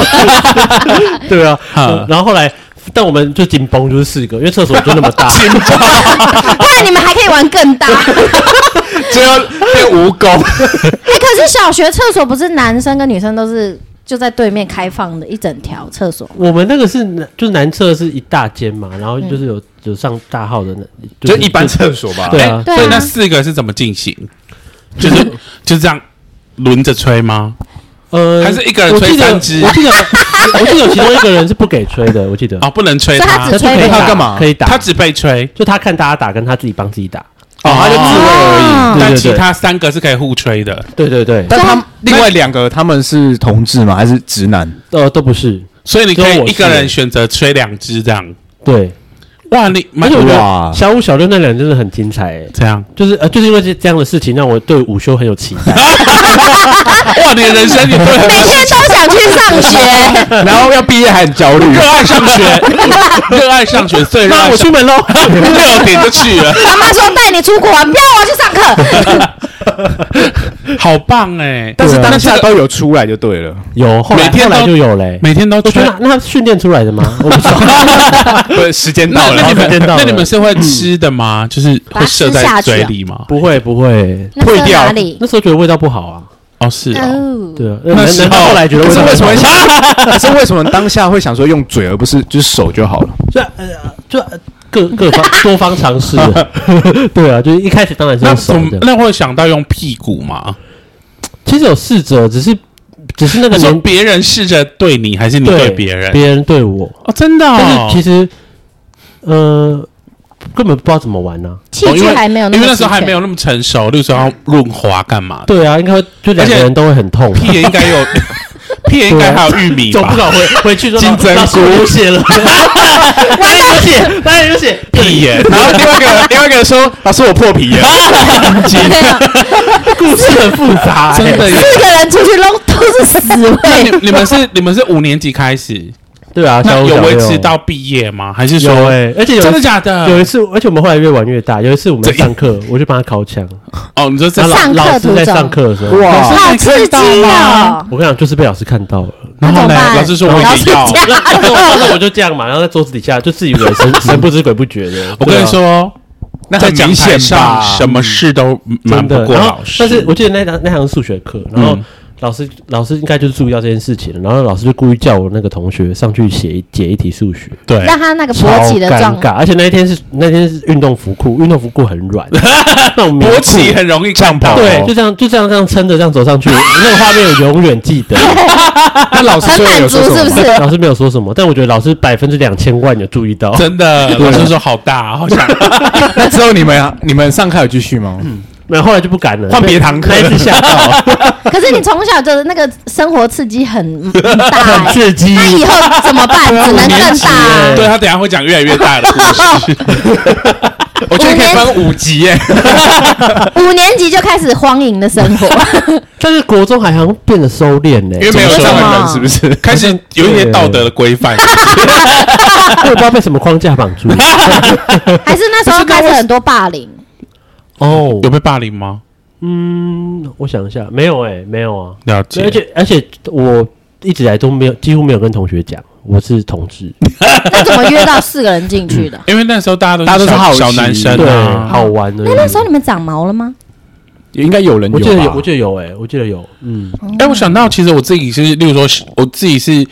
Speaker 4: 对啊，
Speaker 2: 嗯
Speaker 4: 然后后来。但我们就紧绷就是四个，因为厕所就那么 大，
Speaker 3: 不然你们还可以玩更大。哎，
Speaker 1: 最后变蜈蚣，
Speaker 3: 可是小学厕所不是男生跟女生都是就在对面开放的一整条厕所吗？
Speaker 4: 我们那个是男就是男厕是一大间嘛，然后就是有、有上大号的那，
Speaker 1: 就是 一般厕所吧。
Speaker 4: 对
Speaker 2: 哎
Speaker 4: 啊
Speaker 3: 对啊
Speaker 2: 所以那四个是怎么进行？ 就是就这样轮着吹吗？
Speaker 4: 呃，
Speaker 2: 还是一个人
Speaker 4: 我
Speaker 2: 吹
Speaker 4: 记得
Speaker 2: 三支
Speaker 4: 我记得 我记得有其中一个人是不给吹的，我记得
Speaker 2: 啊，不能吹
Speaker 3: 所以他
Speaker 2: 他
Speaker 3: 只，
Speaker 4: 但是可以
Speaker 3: 吹
Speaker 4: 打
Speaker 1: 他干嘛
Speaker 4: 可以打，
Speaker 2: 他只被吹，
Speaker 4: 就他看大家打，跟他自己帮自己打。
Speaker 1: 哦，他就自慰而已。
Speaker 3: 哦
Speaker 2: 但
Speaker 4: 嗯对对
Speaker 2: 其
Speaker 4: 对
Speaker 2: 他三个是可以互吹的，
Speaker 4: 对对对，
Speaker 1: 但他
Speaker 3: 对
Speaker 1: 们另外两个他们是同志吗？还是直男？
Speaker 4: 呃，都不是，
Speaker 2: 所以你可
Speaker 4: 只有
Speaker 2: 以
Speaker 4: 我
Speaker 2: 一个人
Speaker 4: 是
Speaker 2: 选择吹两支这样。
Speaker 4: 对。
Speaker 2: 哇，你
Speaker 4: 而
Speaker 2: 蛮
Speaker 4: 且我觉
Speaker 1: 哇
Speaker 4: 得小五小六那两真的很精彩、欸，
Speaker 2: 这样，
Speaker 4: 就是呃，就是因为这这样的事情，让我对午休很有期 待。
Speaker 2: 哇，你的人生你对啊 很
Speaker 3: 每
Speaker 2: 多
Speaker 3: 天都想去上学，
Speaker 1: 然后要毕业还很焦虑。啊
Speaker 2: 热爱上 学，热爱上学，最热
Speaker 4: 妈，
Speaker 2: 爱
Speaker 4: 我
Speaker 2: 上
Speaker 4: 出门喽！
Speaker 2: 六点就去 了，
Speaker 3: 妈妈说带你出国，不要，我要去上课。
Speaker 2: 好棒哎！
Speaker 1: 但是
Speaker 4: 对啊
Speaker 1: 当下都有出来就对了，
Speaker 4: 有，后来
Speaker 2: 每天
Speaker 4: 后
Speaker 2: 都
Speaker 4: 来就有嘞、
Speaker 2: 每天都
Speaker 4: 我觉
Speaker 2: 吹
Speaker 4: 得。那那训练出来的吗？我不知道。
Speaker 1: 不是时间
Speaker 2: 那
Speaker 1: 到了
Speaker 2: 那你。
Speaker 4: 时间
Speaker 2: 们
Speaker 4: 到
Speaker 2: 那
Speaker 4: 了
Speaker 2: 你们是会吃的吗？就是
Speaker 3: 把
Speaker 2: 会
Speaker 3: 它
Speaker 2: 射
Speaker 3: 吃
Speaker 2: 在
Speaker 3: 下去
Speaker 2: 嘴
Speaker 3: 啊
Speaker 2: 里吗？
Speaker 4: 不会不会，
Speaker 3: 那是
Speaker 1: 退掉
Speaker 3: 哪里？
Speaker 4: 那时候觉得味道不好啊。
Speaker 2: 哦，是哦，
Speaker 3: 哦，
Speaker 4: 对啊，
Speaker 2: 那
Speaker 4: 那
Speaker 2: 时候
Speaker 4: 后来觉得
Speaker 1: 可
Speaker 4: 味
Speaker 1: 是
Speaker 4: 道
Speaker 1: 为什
Speaker 4: 不
Speaker 1: 么
Speaker 4: 好
Speaker 1: 想？可是为什么当下会想说用嘴而不是就是手就好了？
Speaker 4: 就呃就呃各各方多方尝 试啊，对啊，就是一开始当然是
Speaker 2: 那
Speaker 4: 用手
Speaker 2: 怎么
Speaker 4: 的，
Speaker 2: 那会想到用屁股吗？
Speaker 4: 其实有试着，只是只是那个
Speaker 2: 你说
Speaker 4: 年
Speaker 2: 别人试着对你，还是你对别人？
Speaker 4: 别人对我，
Speaker 2: 哦，真的
Speaker 4: 但
Speaker 2: 哦
Speaker 4: 是。其实呃根本不知道怎么玩啊呢。
Speaker 3: 器
Speaker 2: 哦因
Speaker 3: 具
Speaker 2: 为
Speaker 3: 还没有那
Speaker 2: 因为
Speaker 3: 么齐全，
Speaker 2: 那时候还没有那么成熟，例如说要润滑干嘛的，
Speaker 4: 对啊，应该会就两个
Speaker 2: 而且
Speaker 4: 人都会很痛啊，
Speaker 2: 屁眼应该有， 屁眼应该还有玉米
Speaker 4: 啊总
Speaker 2: 吧？
Speaker 4: 不搞回 回去说
Speaker 1: 金针
Speaker 4: 老师
Speaker 1: 菇
Speaker 4: 我流血了，哪里有血？哪里有 血？
Speaker 2: 屁眼，
Speaker 1: 然后另外一 个另外一个人说：“老师，我破皮了。
Speaker 3: 没有
Speaker 4: 故事很复 杂，
Speaker 2: 真的耶。
Speaker 3: 啊四个人出去弄都是死
Speaker 2: 那
Speaker 3: 味。
Speaker 2: 你你们是你们是五年级开始，
Speaker 4: 对啊，
Speaker 2: 那
Speaker 4: 小五
Speaker 2: 有
Speaker 4: 小
Speaker 2: 维
Speaker 4: 六
Speaker 2: 持到毕业吗？还是
Speaker 4: 有
Speaker 2: 说
Speaker 4: 哎，而且有
Speaker 2: 真的假的？
Speaker 4: 有一次，而且我们后来越玩越大。有一次我们上课，我就帮他烤枪。
Speaker 2: 哦，你说这
Speaker 4: 他老
Speaker 3: 上课
Speaker 4: 老师在
Speaker 3: 途中
Speaker 4: 上课的时”候，
Speaker 1: 哇，
Speaker 3: 好刺激哦！
Speaker 4: 我跟你讲，就是被老师看到了。
Speaker 3: 那
Speaker 2: 然
Speaker 3: 怎
Speaker 2: 后
Speaker 3: 么
Speaker 2: 呢？
Speaker 3: 办？
Speaker 2: 老师说我
Speaker 3: 老
Speaker 2: 也
Speaker 3: 师
Speaker 2: 要。
Speaker 3: 讲
Speaker 4: 然后然后我就这样嘛，然后在桌子底下就自以为 神神不知鬼不觉的。啊
Speaker 2: 我跟你说，
Speaker 1: 那
Speaker 2: 在
Speaker 1: 很
Speaker 2: 讲
Speaker 1: 明
Speaker 2: 台
Speaker 1: 显
Speaker 2: 上
Speaker 1: 吧？
Speaker 2: 什么事都瞒
Speaker 4: 真
Speaker 2: 不
Speaker 4: 的，
Speaker 2: 过
Speaker 4: 然后
Speaker 2: 老师。
Speaker 4: 但是我记得那堂那堂数学课，然后
Speaker 2: 嗯
Speaker 4: 老师老师应该就是注意到这件事情，然后老师就故意叫我那个同学上去写一解一题数学，
Speaker 2: 对，
Speaker 3: 让他那个
Speaker 4: 超
Speaker 3: 勃起的
Speaker 4: 尴
Speaker 3: 状
Speaker 4: 尬。而且那一天是那天是运动服裤，运动服裤很软，那种棉裤
Speaker 2: 勃起很容易看到。
Speaker 4: 对，就这样就这样这样撑着这样走上去，那个画面我永远记得。
Speaker 1: 那老师
Speaker 3: 很
Speaker 1: 最后
Speaker 3: 满
Speaker 1: 有
Speaker 3: 足
Speaker 1: 说什么
Speaker 3: 是不
Speaker 1: 吗？
Speaker 3: 是？
Speaker 4: 老师没有说什么，但我觉得老师百分之两千万有注意到。
Speaker 2: 真的，老师说好 大，好像
Speaker 1: 那之后你们啊你们上课有继续吗？
Speaker 4: 没有，后来就不敢了，
Speaker 1: 换别堂课
Speaker 4: 那一次吓到，
Speaker 3: 可是你从小的那个生活刺激很很大、欸，
Speaker 4: 刺激
Speaker 3: 那以后怎么办？只能更大、啊。
Speaker 2: 对他等一下会讲越来越大的故事。
Speaker 1: 我觉得可以分五级耶。
Speaker 3: 五年级就开始荒淫的生活，
Speaker 4: 但是国中还好像变得收敛呢、
Speaker 2: 因为没有
Speaker 1: 有
Speaker 2: 这
Speaker 1: 这
Speaker 2: 样
Speaker 1: 样
Speaker 2: 的
Speaker 1: 的
Speaker 2: 人
Speaker 1: 人
Speaker 2: 是
Speaker 1: 是
Speaker 2: 不
Speaker 1: 不是？
Speaker 2: 开始有一些道德的规 范，
Speaker 4: 我也不知道被什么框架绑住。
Speaker 3: 还是那时候开始很多霸凌？
Speaker 4: 哦
Speaker 2: 有，被霸凌吗？
Speaker 4: 嗯，我想一下，没有哎、没有啊。
Speaker 2: 了解，
Speaker 4: 而且而且我一直以来都没有，几乎没有跟同学讲我是同志，
Speaker 3: 那怎么约到四个人进去的？
Speaker 2: 因为那时候大家都
Speaker 1: 大家都是
Speaker 2: 小
Speaker 1: 好奇
Speaker 2: 小男生
Speaker 4: 对，
Speaker 2: 啊，
Speaker 4: 好玩的。
Speaker 3: 哎那那时候你们长毛了吗？
Speaker 1: 应该有人
Speaker 4: 我记得
Speaker 1: 吧
Speaker 4: 有，我记得有哎、我记得有，嗯，
Speaker 2: 哎，我想到其实我自己是，例如说我自己是。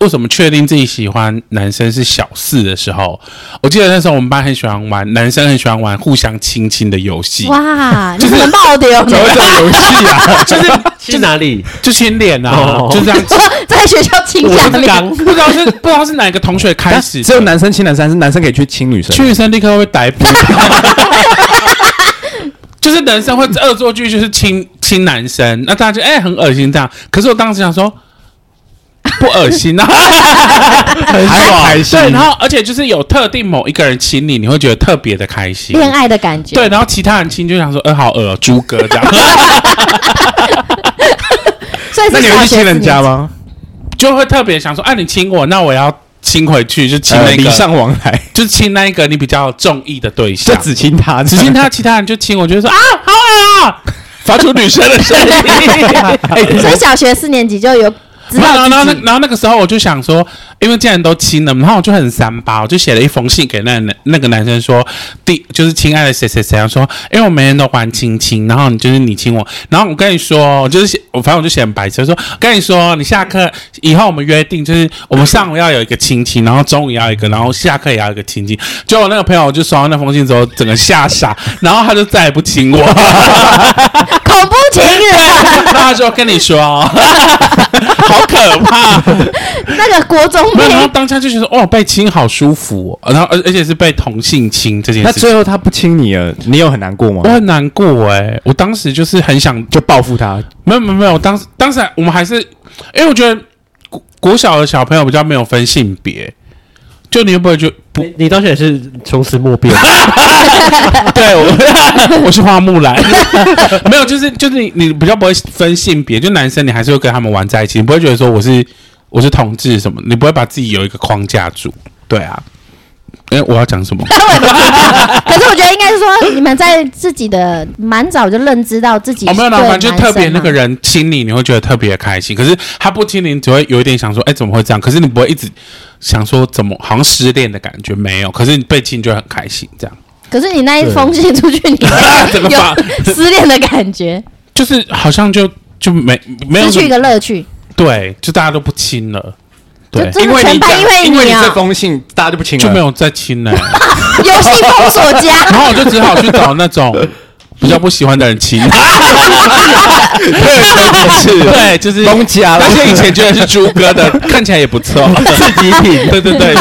Speaker 2: 为什么确定自己喜欢男生是小四的时候？我记得那时候我们班很喜欢玩，男生很喜欢玩互相亲亲的游戏，
Speaker 3: 哇，你怎么爆掉呢？
Speaker 2: 游戏啊，就是
Speaker 4: 去哪里？
Speaker 2: 就亲脸啊
Speaker 4: 哦，
Speaker 2: 就这样
Speaker 3: 在学校亲
Speaker 2: 我
Speaker 3: 下
Speaker 2: 是刚
Speaker 3: 面，
Speaker 2: 不知道是不知道是哪个同学开
Speaker 1: 但
Speaker 2: 始的，
Speaker 1: 只有男生亲男生，还是男生可以去亲女生？
Speaker 2: 去生立刻会逮捕。 就是男生会恶作剧，就是亲亲男生，那大家就哎、很恶心这样。可是我当时想说，不恶 心啊，
Speaker 1: 还好啊开心
Speaker 2: 对，然后而且就是有特定某一个人亲你，你会觉得特别的开心。
Speaker 3: 恋爱的感觉。
Speaker 2: 对，然后其他人亲就想说，呃，好恶哦，猪哥这样，
Speaker 3: 所以
Speaker 1: 那
Speaker 3: 是
Speaker 1: 你会
Speaker 3: 小
Speaker 1: 去
Speaker 3: 学
Speaker 1: 亲人家？吗？
Speaker 2: 就会特别想说，啊，你亲我，那我要亲回去，就亲
Speaker 1: 呃
Speaker 2: 那
Speaker 1: 礼
Speaker 2: 个，
Speaker 1: 尚往来，
Speaker 2: 就是亲那一个你比较中意的对
Speaker 1: 就
Speaker 2: 象。
Speaker 1: 只亲他，
Speaker 2: 只亲他，其他人就亲我，就会说啊，好恶啊，发出女生的声音。
Speaker 1: 哎，
Speaker 3: 所以
Speaker 1: 我
Speaker 3: 小学四年级就有 知
Speaker 2: 然 后，
Speaker 3: 道
Speaker 2: 然后
Speaker 3: 自
Speaker 2: 那
Speaker 3: 己
Speaker 2: 然后那个时候我就想说，因为既然都亲了，然后我就很三八，我就写了一封信给那男那个男生说，第就是亲爱的谁谁谁，我说因为我每天都玩亲亲，然后你就是你亲我，然后我跟你说，我就是写我反正我就写很白痴，我说跟你说，你下课以后我们约定就是我们上午要有一个亲亲，然后中午也要一个，然后下课也要一个亲亲。结果我那个朋友就收到那封信之后，整个吓傻，然后他就再也不亲我，
Speaker 3: 恐怖情人，
Speaker 2: 然后他就跟你说，哦 好可怕。
Speaker 3: 那个国中
Speaker 2: 没有，然后
Speaker 3: 妹，
Speaker 2: 当下就觉得哦，被亲好舒服、哦，然后而而且是被同性亲这 件
Speaker 1: 那
Speaker 2: 事情，
Speaker 1: 最后他不亲你了，你有很难过吗
Speaker 2: 我？很难过哎、我当时就是很想，
Speaker 1: 就报复他，
Speaker 2: 没有没有没有，我当时当时我们还是，因为我觉得国国小的小朋友比较没有分性别，就你会不会就不
Speaker 4: 你你到现在是从此莫变，
Speaker 2: 对 我，我是花木兰，没有，就是就是你你比较不会分性别，就男生你还是会跟他们玩在一起，你不会觉得说我是我是同志什么，你不会把自己有一个框架住，对啊，哎、我要讲 什么？
Speaker 3: 可是我觉得应该是说你们在自己的蛮早就认知到自己
Speaker 2: 哦，没有啦，
Speaker 3: 对
Speaker 2: 反正就
Speaker 3: 男生
Speaker 2: 特别那
Speaker 3: 嘛
Speaker 2: 个人亲你，你会觉得特别开心。可是他不亲你，你只会有一点想说，哎，怎么会这样？可是你不会一直想说怎么，好像失恋的感觉没有。可是你被亲就会很开心，这样
Speaker 3: 可是你那一封信出去，你
Speaker 2: 整个把
Speaker 3: 有失恋的感觉，
Speaker 2: 就是好像就就没没有
Speaker 3: 失去一
Speaker 2: 什么
Speaker 3: 个乐趣。
Speaker 2: 对，就大家都不亲了，对
Speaker 3: 就，真的全班因为
Speaker 1: 因为
Speaker 3: 你
Speaker 1: 你这
Speaker 3: 啊，
Speaker 1: 封信，大家就不亲了，
Speaker 2: 就没有再亲了。
Speaker 3: 游戏封锁家，
Speaker 2: 然后我就只好去找那种 比较不喜欢的人 亲。
Speaker 1: 对，是
Speaker 2: 对，就是
Speaker 1: 东家了
Speaker 2: 那些以前觉得是猪哥的，看起来也不错。
Speaker 1: 自己品。
Speaker 2: 对对对，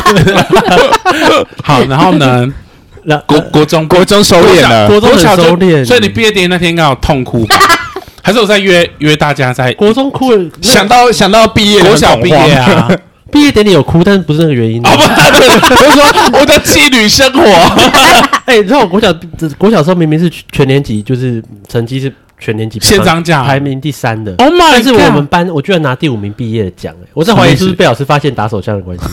Speaker 2: 好，然后呢？
Speaker 4: 然
Speaker 2: 国国中
Speaker 1: 国中收敛了，
Speaker 4: 国中很
Speaker 2: 小就
Speaker 4: 收敛
Speaker 2: 所以你毕业典礼那天应该有痛哭吧？还是我在约 约大家在
Speaker 4: 国中哭了，那
Speaker 1: 想到想到毕业，
Speaker 2: 国小毕业 啊？
Speaker 4: 毕业典礼有哭，但不是那个原因。
Speaker 2: 哦不，我说我的妓女生活，
Speaker 4: 哎，你知道我国小国小时候明明是全年级，就是成绩是全年级
Speaker 2: 县长奖
Speaker 4: 排名第三的。
Speaker 2: Oh my
Speaker 4: 但是我
Speaker 2: God
Speaker 4: 们班我居然拿第五名毕业的奖，哎，我在怀疑是不是被老师发现打手枪的关系。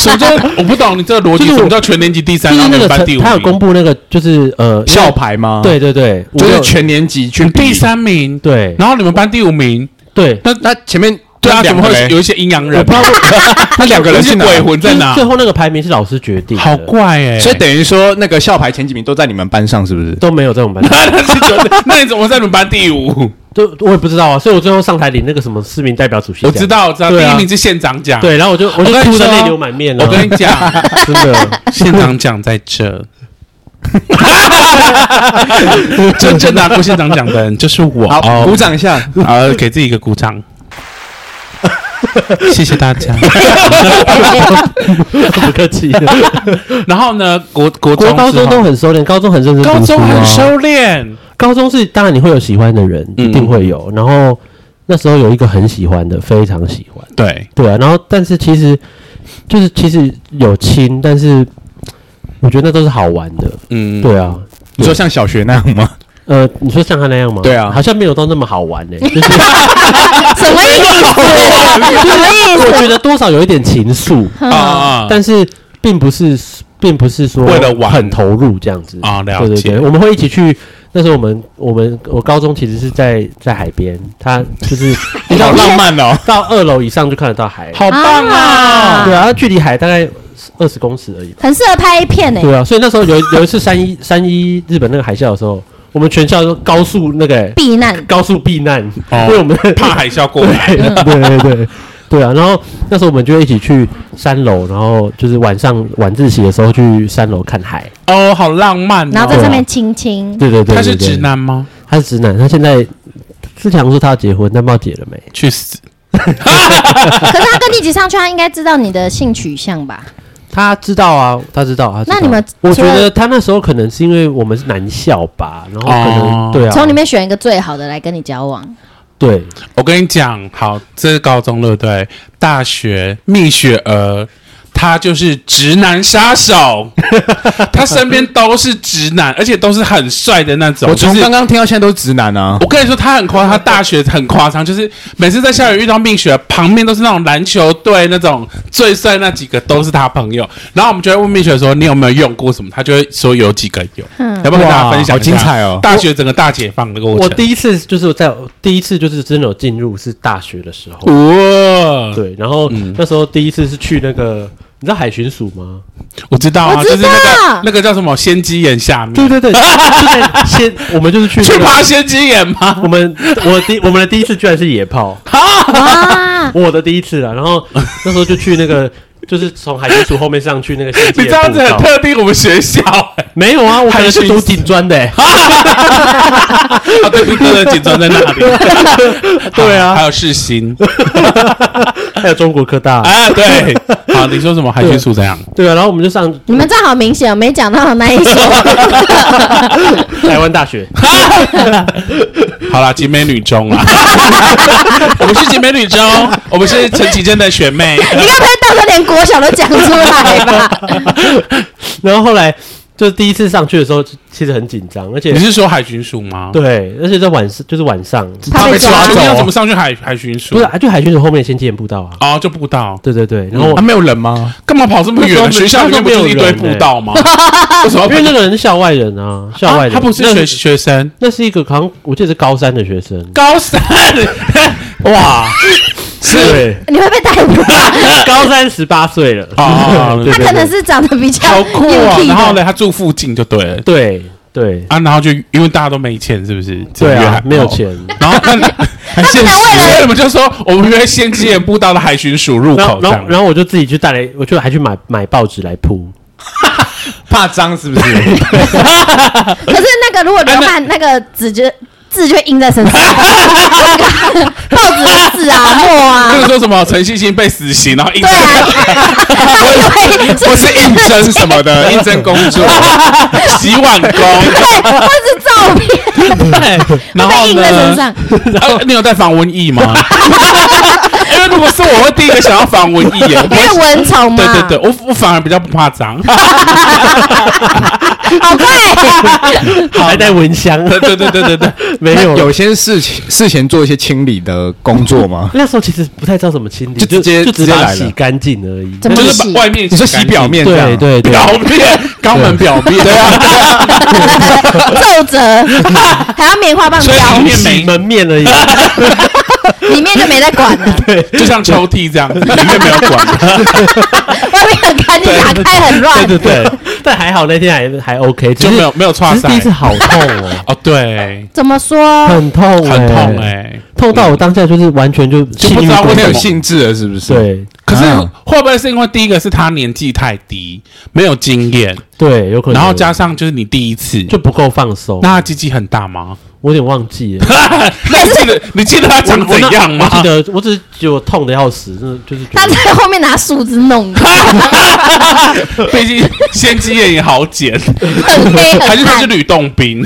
Speaker 2: 什么叫我不懂你这个逻辑？
Speaker 4: 就是
Speaker 2: 什
Speaker 4: 我
Speaker 2: 么叫全年级第三，
Speaker 4: 就
Speaker 2: 然
Speaker 4: 是
Speaker 2: 后你
Speaker 4: 那个
Speaker 2: 们班第
Speaker 4: 成
Speaker 2: 五
Speaker 4: 他有公
Speaker 2: 名？
Speaker 4: 布那个就是呃
Speaker 1: 校，啊牌吗？
Speaker 4: 因为，对对对，五
Speaker 1: 就是
Speaker 4: 六
Speaker 1: 全年级去
Speaker 2: 你
Speaker 1: 比
Speaker 2: 第，三名，
Speaker 4: 对
Speaker 2: 然后你们班第五名，
Speaker 4: 对，
Speaker 1: 那那前面
Speaker 2: 对啊，
Speaker 1: 那
Speaker 2: 怎
Speaker 1: 两
Speaker 2: 么
Speaker 1: 个
Speaker 2: 会
Speaker 1: 嘞
Speaker 2: 有一些阴阳人？
Speaker 1: 那两个人去
Speaker 2: 是
Speaker 1: 哪？
Speaker 2: 鬼魂在哪
Speaker 4: 就是最？后那个排名是老师决定的，
Speaker 2: 好怪哎！
Speaker 1: 所以等于说，那个校牌前几名都在你们班上，是不是？
Speaker 4: 都没有在我们班，
Speaker 2: 那是九，那你怎么在你们班第 五？
Speaker 4: 就我也不知道啊，所以我最后上台领那个什么市民代表主席
Speaker 2: 我
Speaker 4: 奖，
Speaker 2: 知道，我知道，第
Speaker 4: 对啊
Speaker 2: 一名是县长奖。
Speaker 4: 对，然后我就我
Speaker 2: 我
Speaker 4: 就
Speaker 2: 跟你
Speaker 4: 哭的
Speaker 2: 说
Speaker 4: 泪流满面了，
Speaker 2: 我跟你讲，
Speaker 4: 真的
Speaker 2: 啊县长奖在 这。真正拿过县长奖的人就是我
Speaker 1: 好，鼓
Speaker 2: 哦，
Speaker 1: 掌一下。
Speaker 2: 好，给自己一个鼓 掌，谢谢大家。
Speaker 4: 不客 气，
Speaker 2: 然后呢，国国中之后
Speaker 4: 国高中都很收敛，高中很认真读书啊，
Speaker 2: 高中很收敛，
Speaker 4: 高中是当然你会有喜欢的人，
Speaker 2: 嗯
Speaker 4: 一定会有。然后那时候有一个很喜欢的，非常喜欢，
Speaker 2: 对，
Speaker 4: 对啊。然后但是其实就是其实有亲，但是我觉得那都是好玩的，
Speaker 2: 嗯，
Speaker 4: 对啊。
Speaker 1: 你说像小学那样吗？
Speaker 4: 呃，你说像他那样吗？
Speaker 1: 对啊
Speaker 4: 好像没有到那么好玩 呢、就是
Speaker 3: 什么意思？什么意
Speaker 4: 我觉
Speaker 3: 思？
Speaker 4: 得多少有一点情愫，
Speaker 2: 啊，
Speaker 4: 但是并不是并不是说
Speaker 2: 为了玩
Speaker 4: 很投入这样子
Speaker 2: 啊了
Speaker 4: 对对
Speaker 2: 解
Speaker 4: 对，我们会一起去。那时候我们我们我高中其实是在在海边，他就是你知道
Speaker 1: 好浪漫哦！
Speaker 4: 到 二楼以上就看得到海，
Speaker 2: 好棒啊！
Speaker 4: 对啊，距离海大概二十公尺而已。
Speaker 3: 很适合拍片欸诶，
Speaker 4: 对啊，所以那时候 有有一次三一三一日本那个海啸的时候，我们全校都高速那个、欸、
Speaker 3: 避
Speaker 2: 嗯
Speaker 3: 难。
Speaker 4: 高速避难，
Speaker 2: 哦
Speaker 4: 因为我 们
Speaker 2: 怕海啸过
Speaker 4: 对
Speaker 2: 来，
Speaker 4: 对对对对啊，然后那时候我们就一起去三楼，然后就是晚上晚自习的时候去三楼看海。
Speaker 2: 哦，好浪漫哦。
Speaker 3: 然后在上面亲亲，
Speaker 4: 对对对
Speaker 2: 他是
Speaker 4: 对对
Speaker 2: 直男吗？
Speaker 4: 他是直男，他现在志强说他要结婚，但不知道结了没。
Speaker 2: 去死！
Speaker 3: 可是他跟你一起上去，他应该知道你的性取向吧？
Speaker 4: 他知道啊，他知道，他知道
Speaker 3: 那你们
Speaker 4: 我觉
Speaker 3: 除了
Speaker 4: 得他那时候可能是因为我们是男校吧，然后可能、
Speaker 2: 哦
Speaker 4: 对啊，
Speaker 3: 从里面选一个最好的来跟你交往，
Speaker 4: 对，
Speaker 2: 我跟你讲，好，这是高中对不对？大学蜜雪儿，他就是直男杀手，他身边都是直男，而且都是很帅的那种。
Speaker 1: 我
Speaker 2: 就
Speaker 1: 从
Speaker 2: 是
Speaker 1: 刚刚听到现在都是直男啊
Speaker 2: 我，跟你说，他很夸张，他大学很夸张，就是每次在校园遇到蜜雪，旁边都是那种篮球队那种最帅那几个都是他朋友。然后我们就会问蜜雪说：“你有没有用过什么？”他就会说有几个有，
Speaker 4: 嗯
Speaker 2: 要不要跟大家分享
Speaker 1: 哇好
Speaker 2: 一下？
Speaker 1: 精彩哦
Speaker 2: 大学整个大解放的过
Speaker 4: 我
Speaker 2: 程。
Speaker 4: 第一次就是在第一次就是真的有进入是大学的时
Speaker 2: 嗯
Speaker 4: 候，
Speaker 2: 哇，
Speaker 4: 对，然后
Speaker 2: 嗯
Speaker 4: 那时候第一次是去那个你知道海巡署吗？
Speaker 2: 我知道啊，
Speaker 3: 我知
Speaker 2: 就是
Speaker 3: 道
Speaker 2: 那个那个叫什么仙鸡眼下面，
Speaker 4: 对对对，就在先我们就是去
Speaker 2: 去
Speaker 4: 那个
Speaker 2: 爬仙鸡眼 吗？
Speaker 4: 我们我第我们的第一次居然是野炮，
Speaker 3: 哇，
Speaker 4: 我的第一次啊，然后那时候就去那个。就是从海巡署后面上去那个仙
Speaker 2: 你这
Speaker 4: 界的
Speaker 2: 样
Speaker 4: 步
Speaker 2: 子很
Speaker 4: 道
Speaker 2: 特定我们学 校、欸，
Speaker 4: 没有啊，我可能是读警专的、欸，
Speaker 2: 啊，对，不个人紧张在那里，
Speaker 4: 对啊
Speaker 2: 还有世 新，
Speaker 4: 还有中国科大、
Speaker 2: 啊，对，好，你说什么海军署怎样？
Speaker 4: 对啊，然后我们就上
Speaker 3: 你们这好明显哦，没讲到那一 首，
Speaker 4: 台湾大学，
Speaker 2: 好啦，集美女中 啦，我们是集美女中，我们是陈绮贞的学 妹。
Speaker 3: 你该不会到这连国小都讲出来吧？
Speaker 4: 然后后来就是第一次上去的时候，其实很紧张，而且
Speaker 2: 你是说海巡署吗？，
Speaker 4: 对，而且在晚上就是晚上，
Speaker 3: 怕被抓
Speaker 2: 你要怎
Speaker 3: 走
Speaker 2: 么，上去海海巡署？
Speaker 4: 不是啊，就海巡署后面先进步道啊，
Speaker 2: 哦，就步道，
Speaker 4: 对对对，然后我、
Speaker 1: 啊没有人吗？
Speaker 2: 干嘛跑这么
Speaker 4: 那时候
Speaker 2: 远？
Speaker 4: 没
Speaker 2: 学校里面不是一堆步道 吗？为什么要
Speaker 4: 因为那个人是校外人啊，校外
Speaker 2: 啊
Speaker 4: 人，
Speaker 2: 他不是
Speaker 4: 那
Speaker 2: 学学生，
Speaker 4: 那是一个好像我记得是高三的学生，
Speaker 2: 高三， 哇，是
Speaker 4: 对，
Speaker 3: 你会被逮捕吧？
Speaker 4: 高三十八岁了，
Speaker 2: 啊，
Speaker 4: 对
Speaker 3: 他可能是长得比较
Speaker 2: 好酷啊！
Speaker 3: 牛
Speaker 2: 然后
Speaker 3: 的，
Speaker 2: 呢，他住附近就对了
Speaker 4: 对对
Speaker 2: 啊，然后就因为大家都没钱，是不是？只有
Speaker 4: 对
Speaker 2: 约海
Speaker 4: 啊，没有
Speaker 2: 哦
Speaker 4: 钱，
Speaker 2: 然后那
Speaker 1: 很现实，
Speaker 2: 所以我们就说我们约先基岩步道的海巡署入
Speaker 4: 然
Speaker 2: 口
Speaker 4: 后
Speaker 2: 这
Speaker 4: 然后
Speaker 2: 样。
Speaker 4: 然后我就自己去带来，我就还去买买报纸来铺，
Speaker 1: 怕脏是不是？
Speaker 3: 可是那个如果流汗，那个纸就字就会印 在身上，报纸的字啊、墨
Speaker 2: 那
Speaker 3: 啊
Speaker 2: 个，说什么陈信欣被死刑，然后应
Speaker 3: 对啊，他以为
Speaker 1: 不是 应征什么的，应征工作，
Speaker 2: 洗碗工，
Speaker 3: 对，或是照片
Speaker 2: 然后
Speaker 3: 被印在身
Speaker 2: 呢？
Speaker 3: 上。
Speaker 2: 啊你有带防蚊液吗？因为如果是我，我会第一个想要防蚊液耶。我不
Speaker 3: 因为
Speaker 2: 会
Speaker 3: 蚊虫嘛，
Speaker 2: 对对对，我我反而比较不怕脏。
Speaker 3: 好快，
Speaker 4: 还带蚊香，
Speaker 2: 对对对对对对，
Speaker 4: 没有
Speaker 1: 有些事情事前做一些清理的工作吗？
Speaker 4: 那时候其实不太知道怎么清理，
Speaker 1: 就直接
Speaker 4: 就
Speaker 1: 直
Speaker 4: 只把
Speaker 1: 接
Speaker 4: 它
Speaker 1: 来了
Speaker 4: 洗干净而已。
Speaker 3: 怎么
Speaker 2: 就是
Speaker 3: 洗
Speaker 2: 把？外面
Speaker 1: 你说洗
Speaker 2: 干净
Speaker 1: 表面这样
Speaker 4: 对对对，
Speaker 2: 表面肛门表面，对啊，
Speaker 3: 皱褶，还要棉花棒
Speaker 2: 所以
Speaker 3: 标
Speaker 2: 里，面
Speaker 4: 洗
Speaker 2: 没，
Speaker 4: 门面而已。
Speaker 3: 里面就没在管了，
Speaker 2: 就像抽屉这样子，里面没有管。
Speaker 3: 外面很干净，打开很
Speaker 4: 对
Speaker 3: 乱。
Speaker 4: 对对，但还好那天还还 OK，只
Speaker 2: 就是没有没有
Speaker 4: 只
Speaker 2: 穿
Speaker 4: 是
Speaker 2: 塞
Speaker 4: 第一。次好痛 哦，
Speaker 2: 哦，对，
Speaker 3: 怎么说？
Speaker 4: 很痛欸
Speaker 2: 很痛哎。
Speaker 4: 痛到我当下就是完全就就
Speaker 2: 不知道为
Speaker 1: 没
Speaker 2: 什
Speaker 1: 有
Speaker 2: 么
Speaker 1: 兴致了是不是？，
Speaker 4: 对
Speaker 2: 可是
Speaker 1: 啊
Speaker 2: 会不会是因为第一个是他年纪太低，没有经验，
Speaker 4: 对，有可能，
Speaker 2: 然后加上就是你第一次，
Speaker 4: 就不够放松，
Speaker 2: 那他鸡鸡很大吗？
Speaker 4: 我有点忘记了，
Speaker 2: 那你记得你记得他长怎样吗
Speaker 4: 我？记得我只是觉得我痛的要死，真的就是觉
Speaker 3: 他
Speaker 4: 得
Speaker 3: 在后面拿树枝弄，
Speaker 2: 毕竟先鸡眼也好剪，
Speaker 3: 很黑
Speaker 2: 还是
Speaker 3: 很
Speaker 2: 他是
Speaker 3: 暗。
Speaker 2: 吕洞宾？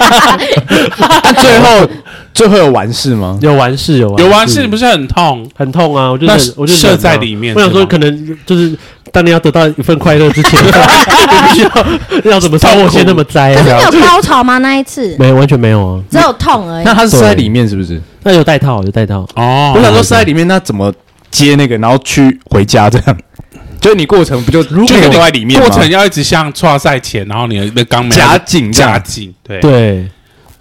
Speaker 1: 那啊最后最后有完事吗？
Speaker 4: 有完事有完
Speaker 2: 有完事不是很痛？
Speaker 4: 很痛啊，我就
Speaker 2: 那
Speaker 4: 忍我就
Speaker 2: 射
Speaker 4: 忍啊
Speaker 2: 在里面
Speaker 4: 我想
Speaker 2: 是
Speaker 4: 说
Speaker 2: 吗
Speaker 4: 可能就是当你要得到一份快乐之前， 你必须要要怎么说？
Speaker 2: 痛苦
Speaker 4: 我先那么栽
Speaker 3: 可是
Speaker 4: 啊，
Speaker 3: 你有高潮吗？那一 次
Speaker 4: 没完全没有啊，
Speaker 3: 只有痛而 已
Speaker 1: 那。他是
Speaker 4: 对
Speaker 1: 塞在里面是不是？
Speaker 4: 那有带套有带套，
Speaker 2: 哦
Speaker 1: 我想说塞在里面，那怎么接那个，然后去回家这样？ 就是你过程不就如
Speaker 2: 就
Speaker 1: 都
Speaker 2: 你
Speaker 1: 在里面吗
Speaker 2: 过程要一直像跨赛前，然后你的肛门
Speaker 1: 夹紧这样
Speaker 2: 夹紧，对。
Speaker 4: 对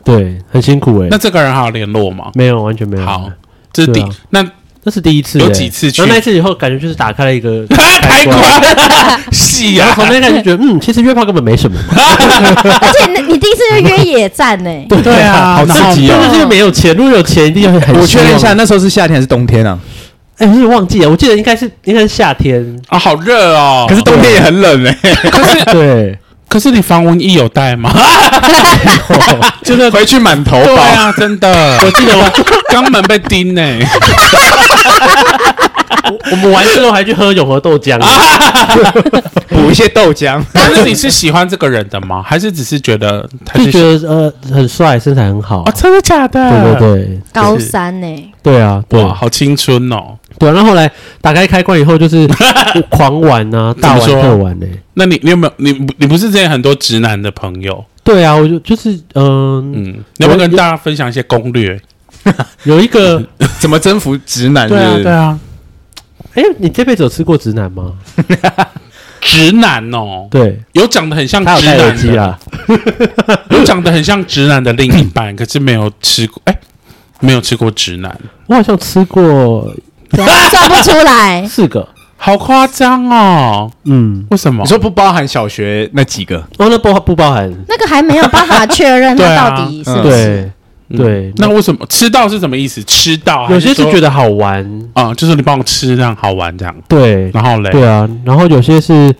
Speaker 4: 对，很辛苦哎
Speaker 2: 那，这个人还有联络吗？
Speaker 4: 没有完全没有，
Speaker 2: 好，这是第
Speaker 4: 对啊
Speaker 2: 那
Speaker 4: 那是第一次欸，
Speaker 2: 有几次去啊
Speaker 4: 然后那一次以后感觉就是打开了一 个
Speaker 2: 开
Speaker 4: 关。
Speaker 2: 关戏
Speaker 4: 然
Speaker 2: 啊
Speaker 4: 后，从那一开始就觉得，嗯，其实约炮根本没什么嘛。
Speaker 3: 而且你你第一次就约野战呢，
Speaker 2: 对 啊
Speaker 1: 好刺激
Speaker 4: 真
Speaker 1: 哦！
Speaker 4: 的是因为没有钱，如果有钱一定会很。
Speaker 1: 我确认一下，，那时候是夏天还是冬天啊？
Speaker 4: 哎，我有点忘记了，我记得应该是应该是夏天。
Speaker 2: 啊，好热哦！
Speaker 1: 可是冬天也很冷哎，
Speaker 4: 对，
Speaker 2: 可是你防蚊衣有带吗？
Speaker 1: 就是啊回去满头
Speaker 2: 对
Speaker 1: 包。
Speaker 2: 欸啊，真的，我记得我肛门被叮呢、
Speaker 4: 我我们完之后还去喝永和豆浆啊，
Speaker 1: 补一些豆 浆。
Speaker 2: 但是你是喜欢这个人的吗？还是只是觉得他
Speaker 4: 就是觉得呃很帅，身材很好
Speaker 2: 啊、
Speaker 4: 啊，
Speaker 2: 真的假的？
Speaker 4: 对对对
Speaker 3: 高三呢，
Speaker 4: 对啊，对
Speaker 2: 哇，好青春哦！
Speaker 4: 对啊。然后后来打开开关以后，就是 狂玩啊，大玩
Speaker 2: 怎么说
Speaker 4: 特玩欸呢、
Speaker 2: 那你你有没有你你不是之前很多直男的朋友？
Speaker 4: 对啊，我就就是嗯，
Speaker 2: 嗯，你要不要跟大家分享一些攻略？
Speaker 4: 有一个，
Speaker 1: 怎么征服直男？是
Speaker 4: 嗯
Speaker 1: 不是
Speaker 2: 啊，
Speaker 4: 哎、你这辈子有吃过直男吗？
Speaker 2: 直男哦，
Speaker 4: 对，
Speaker 2: 有长得很像
Speaker 4: 他有
Speaker 2: 直
Speaker 4: 戴耳
Speaker 2: 男
Speaker 4: 机啊
Speaker 2: 的，
Speaker 4: 啦，
Speaker 2: 有长得很像直男的另一半，可是没有吃过，哎，没有吃过直男，
Speaker 4: 我好像吃过，
Speaker 3: 怎样算不出来
Speaker 4: 四个，
Speaker 2: 好夸张哦！
Speaker 4: 嗯，
Speaker 2: 为什么
Speaker 1: 你？说不包含小学那几个？
Speaker 4: 哦，那不不包含，
Speaker 3: 那个还没有办法确认
Speaker 2: 对
Speaker 3: 他
Speaker 2: 啊
Speaker 3: 到底
Speaker 4: 嗯
Speaker 3: 是不
Speaker 4: 对
Speaker 3: 是。
Speaker 4: 对，
Speaker 2: 那为什么吃到是什么意思？吃到
Speaker 4: 有些是觉
Speaker 2: 得
Speaker 4: 得好玩，
Speaker 2: 啊、就是你帮我吃这样好玩这样，
Speaker 4: 对
Speaker 2: 然后嘞，
Speaker 4: 对啊，然后有些是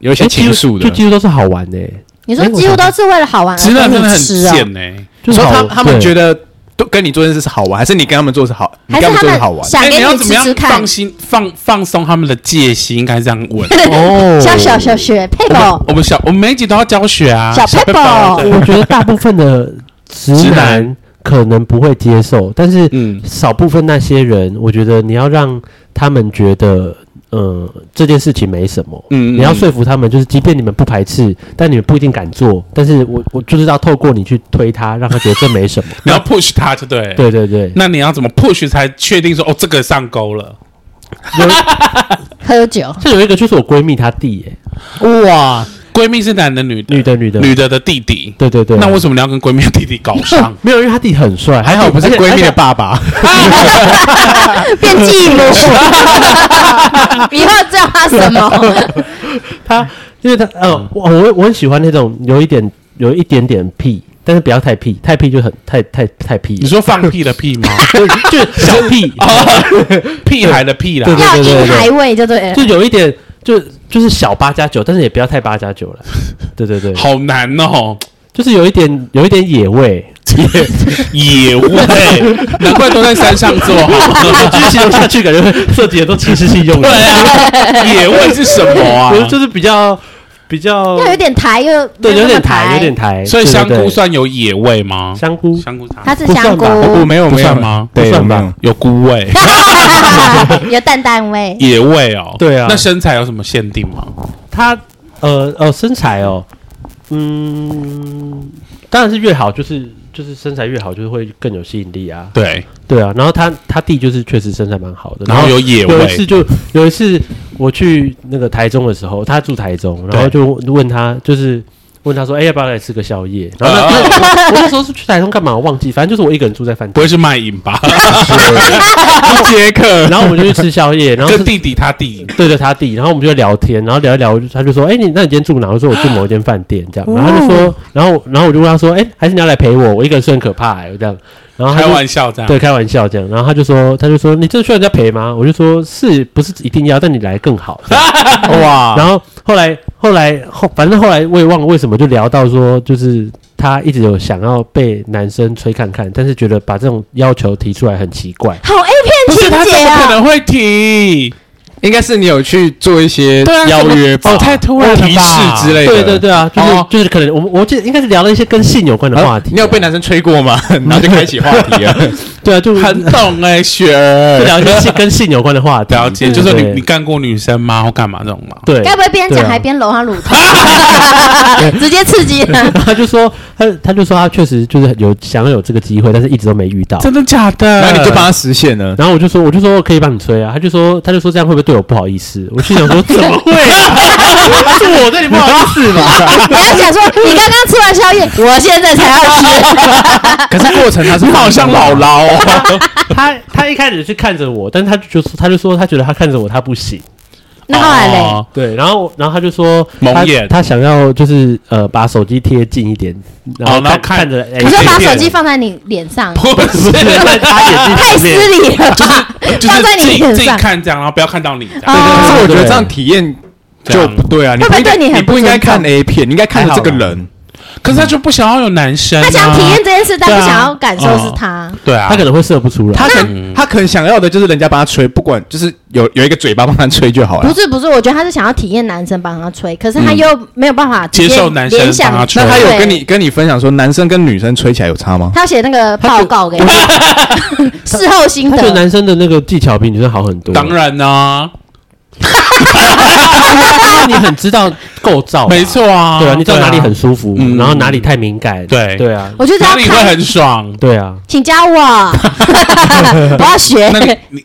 Speaker 1: 有一些
Speaker 4: 哎
Speaker 1: 情愫
Speaker 4: 就
Speaker 1: 的。
Speaker 4: 几乎都是好玩的、欸
Speaker 3: 你说几乎都是为了好玩
Speaker 2: 直
Speaker 3: 而
Speaker 2: 男哎真
Speaker 3: 跟
Speaker 2: 的
Speaker 3: 你
Speaker 2: 很
Speaker 3: 吃啊？
Speaker 2: 贱欸呢、
Speaker 4: 就是
Speaker 1: 说
Speaker 4: 好
Speaker 1: 他他们
Speaker 4: 对
Speaker 1: 觉得都跟你做这件事是好玩，还是你跟他们做是好？你
Speaker 3: 还
Speaker 1: 跟
Speaker 3: 是
Speaker 1: 们做是好
Speaker 3: 他们
Speaker 1: 玩？
Speaker 3: 想
Speaker 2: 哎
Speaker 3: 给
Speaker 2: 你要怎么
Speaker 3: 吃
Speaker 2: 样
Speaker 3: 吃看
Speaker 2: 放？心放放松他们的戒心？应该这样问。
Speaker 4: 哦
Speaker 3: 小小小雪佩
Speaker 2: 我们
Speaker 3: 宝，
Speaker 2: 我们小我们每一集都要教学啊，
Speaker 3: 小
Speaker 2: 佩
Speaker 3: pebble
Speaker 2: 宝对
Speaker 4: 我觉得大部分的直
Speaker 2: 直
Speaker 4: 男
Speaker 2: 男
Speaker 4: 可能不会接受，但是
Speaker 2: 嗯，
Speaker 4: 少部分那些人，我觉得你要让他们觉得，呃，这件事情没什么。
Speaker 2: 嗯
Speaker 4: 你要说服他们，就是即便你们不排斥，但你们不一定敢做。但是我我就是要透过你去推他，让他觉得这 没什么。
Speaker 2: 你要 push 他，就对。，
Speaker 4: 对对对，
Speaker 2: 那你要怎么 push 才确定说哦，这个上钩了？
Speaker 3: 喝 酒，
Speaker 4: 像有一个就是我闺蜜她弟、欸耶，
Speaker 2: 哇，闺蜜是男的女的？
Speaker 4: 女的女的
Speaker 2: 女的的弟弟。
Speaker 4: 对对对，？
Speaker 2: 那为什么你要跟闺蜜的弟弟搞上
Speaker 4: 没有，因为她弟很帅，
Speaker 1: 还好不是
Speaker 4: 而且
Speaker 1: 闺蜜
Speaker 4: 而
Speaker 1: 的
Speaker 4: 且
Speaker 1: 爸爸，
Speaker 3: 变继母， 以后叫他什么？
Speaker 2: 嗯
Speaker 4: 他，因为他，呃，我我我很喜欢那种有一点有一点点屁，但是不要太屁，太屁就很太太太屁
Speaker 2: 你
Speaker 4: 了，
Speaker 2: 说哦放屁的屁吗？
Speaker 4: 就就小 屁，
Speaker 2: 屁孩的屁啦
Speaker 4: 对，
Speaker 3: 要婴孩味就对了
Speaker 4: 就。有一点就就是小八加九，但是也不要太八加九了，对对对，
Speaker 2: 好难哦，
Speaker 4: 就是有一点有一点野 味，
Speaker 2: 野 味， 难怪都在山上做 好。
Speaker 4: 就是形容下去感觉会设计的都歧视性用语
Speaker 2: 对，啊，野味是什么啊
Speaker 4: 我？就是比较比较
Speaker 3: 要有点台，又
Speaker 4: 对，
Speaker 3: 没
Speaker 4: 有
Speaker 3: 那么
Speaker 4: 点台，有点台，
Speaker 2: 所以
Speaker 4: 对
Speaker 2: 香
Speaker 4: 对
Speaker 2: 菇
Speaker 4: 对
Speaker 2: 算有野味吗？
Speaker 4: 香菇
Speaker 2: 香菇茶
Speaker 3: 它是香
Speaker 4: 不，
Speaker 3: 菇
Speaker 4: 算
Speaker 1: 没有
Speaker 2: 不
Speaker 1: 没有
Speaker 2: 算吗
Speaker 1: 对，
Speaker 4: 不算
Speaker 1: 我没
Speaker 4: 吧
Speaker 1: 有
Speaker 2: 有菇味、
Speaker 3: 有淡淡 味。
Speaker 2: 野味哦。
Speaker 4: 对啊
Speaker 2: 那身材有什么限定吗？
Speaker 4: 他呃呃身材哦，嗯，当然是越好，就是就是身材越好，就是会更有吸引力啊。
Speaker 2: 对，
Speaker 4: 对啊，然后他他弟就是确实身材蛮好的，
Speaker 2: 然后有野
Speaker 4: 有一次
Speaker 2: 味，
Speaker 4: 就有一次我去那个台中的时候，他住台中，然后就问他就是。问他说：“哎、要不要来吃个宵夜？”然
Speaker 2: 啊
Speaker 4: 后那、我那时候是去台中干嘛？我忘记，反正就是我一个人住在饭
Speaker 2: 不
Speaker 4: 店，
Speaker 2: 会是卖淫吧？
Speaker 1: 杰克，
Speaker 4: 然后我们就去吃宵夜，然后
Speaker 2: 就是弟弟他弟，
Speaker 4: 对着他弟，然后我们就聊天，然后聊一聊，他就说：“哎、你那你今天住哪？”我说：“我住某一间饭店。”这
Speaker 2: 哦
Speaker 4: 样，然后他就说，然后然后我就问他说：“哎、还是你要来陪我？我一个人睡很可怕、欸。”这样，然后他
Speaker 2: 开
Speaker 4: 就
Speaker 2: 玩笑这样。
Speaker 4: 对开玩笑这样，然后他就说，他就说：“你这需要人家陪吗？”我就说：“是不是一定要？但你来更好。 这样
Speaker 1: 哇，
Speaker 4: 然后后来后来后，反正后来我也忘了为什么，就聊到说，就是他一直有想要被男生吹看看，但是觉得把这种要求提出来很奇怪。
Speaker 3: 好哎 A
Speaker 2: 不
Speaker 3: 片
Speaker 2: 是他
Speaker 3: 情
Speaker 2: 怎
Speaker 3: 节
Speaker 2: 么可
Speaker 3: 啊！
Speaker 2: 能会提？
Speaker 1: 应该是你有去做一些
Speaker 2: 对啊
Speaker 1: 邀约吧
Speaker 2: 哦，太突然了
Speaker 1: 提
Speaker 2: 吧？
Speaker 1: 示之类的，
Speaker 4: 对对对啊，就是、
Speaker 1: 哦
Speaker 4: 就是可能我们我记得应该是聊了一些跟性有关的
Speaker 1: 然后
Speaker 4: 话题、啊
Speaker 1: 你有被男生吹过吗？然后就开启话题了，
Speaker 4: 对啊，就
Speaker 2: 很懂哎，雪儿
Speaker 4: 就聊一些性跟性有关的话题，
Speaker 2: 了解，就
Speaker 4: 对
Speaker 2: 是你
Speaker 4: 对
Speaker 2: 你干过女生吗？或干嘛这种吗？
Speaker 4: 对，
Speaker 3: 该不会边
Speaker 4: 对
Speaker 3: 讲
Speaker 4: 啊
Speaker 3: 还边揉他乳 头，直接刺激他？
Speaker 4: 然后他就说他他就说他确实就是有想要有这个机会，但是一直都没遇到。
Speaker 2: 真的假的？
Speaker 1: 然后你就帮他实现了。
Speaker 4: 然后我就说，我就说可以帮你吹啊，他就说，他就说这样会不会对我不好意思？我心想说怎么会啊？是我对你不好意思吧？
Speaker 3: 你要想说，你刚刚吃完宵夜，我现在才要吃，
Speaker 1: 可是过程他是
Speaker 2: 你好像姥姥哦，
Speaker 4: 他他一开始是看着我，但他就说他就说他觉得他看着我他不行，
Speaker 3: 那后来嘞，
Speaker 2: 哦
Speaker 4: 对，然后然后他就说
Speaker 2: 蒙
Speaker 4: 他
Speaker 2: 眼
Speaker 4: 他想要就是呃把手机贴近一点，然后
Speaker 2: 哦然后看
Speaker 4: 看着
Speaker 3: 你
Speaker 4: 你
Speaker 3: 说把
Speaker 2: 哎
Speaker 3: 手机放在你脸上，
Speaker 2: 不是，
Speaker 4: 他眼睛
Speaker 3: 太
Speaker 4: 里
Speaker 3: 失
Speaker 4: 面
Speaker 3: 礼了吧？
Speaker 2: 就是
Speaker 3: 放在
Speaker 2: 自
Speaker 3: 你
Speaker 2: 己
Speaker 3: 脸
Speaker 2: 自己
Speaker 3: 上
Speaker 2: 看这样，然后不要看到你这样。
Speaker 1: 对，可
Speaker 3: 哦
Speaker 1: 是我觉得
Speaker 4: 对
Speaker 1: 这样体验就不对啊，你
Speaker 3: 会不会
Speaker 1: 应该
Speaker 3: 对你很
Speaker 1: 你不应该看 A 片，你应该看着这个人。
Speaker 2: 可是他就不想要有男生、啊，
Speaker 3: 他想体验这件事，但
Speaker 2: 对啊
Speaker 3: 不想要感受是他。
Speaker 2: 对啊，
Speaker 4: 他可能会射不出来。
Speaker 1: 他可能他可能想要的就是人家帮他吹，不管就是有有一个嘴巴帮他吹就好
Speaker 3: 不
Speaker 1: 了。
Speaker 3: 是不是，我觉得他是想要体验男生帮他吹，可是他又没有办法直接
Speaker 2: 嗯接受男生
Speaker 3: 联想
Speaker 2: 帮他吹
Speaker 1: 那他有
Speaker 3: 对
Speaker 1: 跟你跟你分享说男生跟女生吹起来有差吗？
Speaker 3: 他写那个报告给我， 事后心
Speaker 4: 他觉得
Speaker 3: 得。
Speaker 4: 男生的那个技巧比女生好很多，
Speaker 2: 当 然啊呢、
Speaker 4: 因为你很知道构造，
Speaker 2: 没，错啊，
Speaker 4: 对啊，你知道哪里很舒服，
Speaker 2: 嗯
Speaker 4: 然后哪里太敏感，
Speaker 2: 对
Speaker 4: 对啊，
Speaker 3: 我就这
Speaker 2: 哪
Speaker 3: 样
Speaker 2: 里会
Speaker 3: 看，
Speaker 2: 很爽。
Speaker 4: 对啊，
Speaker 3: 请加 我，我要学。
Speaker 2: 那你你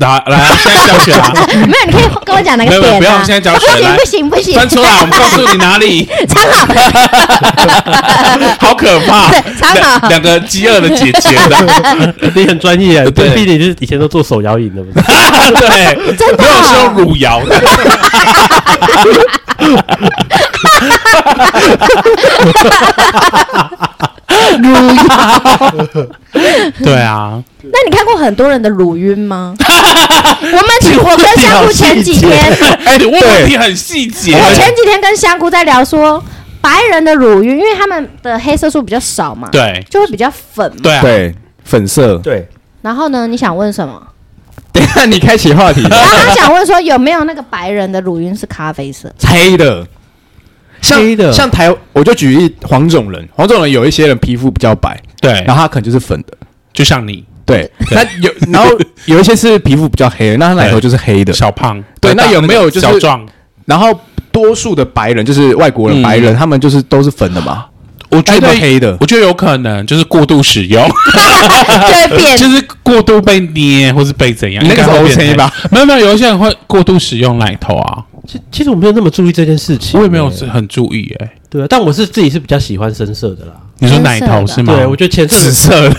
Speaker 2: 来来啊，现在教学啊，
Speaker 3: 没有，你可以跟我讲哪
Speaker 2: 没
Speaker 3: 个
Speaker 2: 有没有
Speaker 3: 点
Speaker 2: 不要
Speaker 3: 啊？
Speaker 2: 现在讲
Speaker 3: 不
Speaker 2: 水来
Speaker 3: 行 不行不行，
Speaker 2: 翻出来，我们告诉你哪里，
Speaker 3: 参考
Speaker 2: 好可怕
Speaker 3: 对，参
Speaker 2: 两
Speaker 3: 考
Speaker 2: 两个饥饿的姐 姐的，
Speaker 4: 你很专业啊，
Speaker 2: 对
Speaker 4: 对，毕竟你是以前都做手摇饮的嘛，
Speaker 2: 对，
Speaker 3: 真的
Speaker 2: 没有是用
Speaker 3: 哦。
Speaker 2: 汝窑的，对啊，
Speaker 3: 那你看过很多人的乳 晕吗？我们我跟香菇前几天，
Speaker 2: 哎，你问问题很细节，
Speaker 3: 我前几天跟香菇在聊说，白人的乳晕，因为他们的黑色素比较少嘛，，
Speaker 2: 对
Speaker 3: 就会比较粉嘛。
Speaker 2: 对啊，
Speaker 1: 对，粉色。
Speaker 4: 对，
Speaker 3: 然后呢，你想问什么？
Speaker 1: 等一下你开启 话题，
Speaker 3: 然后他想问说，有没有那个白人的乳晕是咖啡色？
Speaker 1: 黑的，像
Speaker 4: 黑的
Speaker 1: 像台，我就举例黄种人，黄种人有一些人皮肤比较白，
Speaker 2: 对
Speaker 1: 然，后他可能就是粉的，
Speaker 2: 就像你
Speaker 1: 哎对。那有然后有一些是皮肤比较黑的，那他奶头就是黑 的，
Speaker 2: 小胖，
Speaker 1: 对
Speaker 2: 大
Speaker 1: 那有没有就是
Speaker 2: 小壮？
Speaker 1: 然后多数的白人就是外国人、
Speaker 2: 嗯
Speaker 1: 白人，他们就是都是粉的嘛，
Speaker 2: 我觉得
Speaker 1: 哎对黑的
Speaker 2: 我觉得有可能就是过度使用，
Speaker 3: 就会变
Speaker 2: 就是过度被捏，或是被怎样。
Speaker 1: 你那个
Speaker 2: 应该会
Speaker 1: 是 OK 吧
Speaker 2: 变态？没有没有，有一些人会过度使用奶头啊，
Speaker 4: 其其实我没有那么注意这件事情，欸
Speaker 2: 我也没有很注意哎、
Speaker 4: 对啊，但我是自己是比较喜欢深色的啦，
Speaker 2: 你说奶头是吗？
Speaker 4: 对，我觉得前阵
Speaker 1: 紫
Speaker 4: 子
Speaker 1: 色的。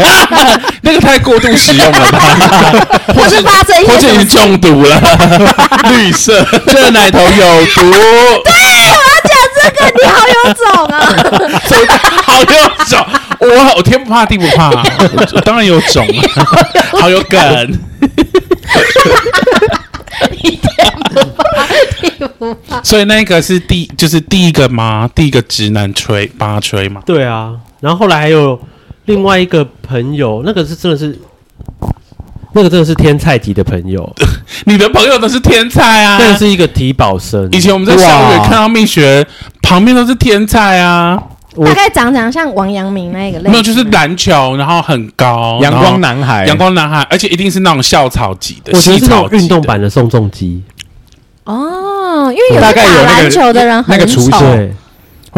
Speaker 2: 那个太过度使用了吧，
Speaker 3: 或是发生一
Speaker 2: 或者
Speaker 3: 些什
Speaker 2: 已
Speaker 3: 么
Speaker 2: 经
Speaker 3: 事？
Speaker 2: 中毒了。 绿色，这奶头有毒，
Speaker 3: 对，我要讲这个，你好有种啊！
Speaker 2: 好有种。我我天不怕地不怕、我当然有种啊，好有梗。 所以那个是第就是第一个吗？第一个直男吹八吹嘛？
Speaker 4: 对啊，然后后来还有另外一个朋友，那个是真的是。那个真的是天菜级的朋 友，
Speaker 2: 啊你的朋友都是天才啊！
Speaker 4: 那个是一个体保生。
Speaker 2: 以前我们在校园看到蜜雪旁边都是天才啊，
Speaker 4: 我
Speaker 3: 大概长长像王阳明那一个类型，
Speaker 2: 没有就是篮球，然后很
Speaker 1: 哦
Speaker 2: 高，
Speaker 1: 阳
Speaker 2: 然后
Speaker 1: 光男孩，
Speaker 2: 阳光男孩，而且一定是那种校草级的，
Speaker 4: 我觉得是那
Speaker 2: 校
Speaker 4: 种运动版的宋仲基，
Speaker 3: 哦，因为有
Speaker 1: 大
Speaker 3: 些
Speaker 1: 概有那
Speaker 3: 打
Speaker 1: 个
Speaker 3: 篮球的人很
Speaker 1: 那个雏
Speaker 3: 丑
Speaker 2: 哦
Speaker 1: 形
Speaker 4: 对，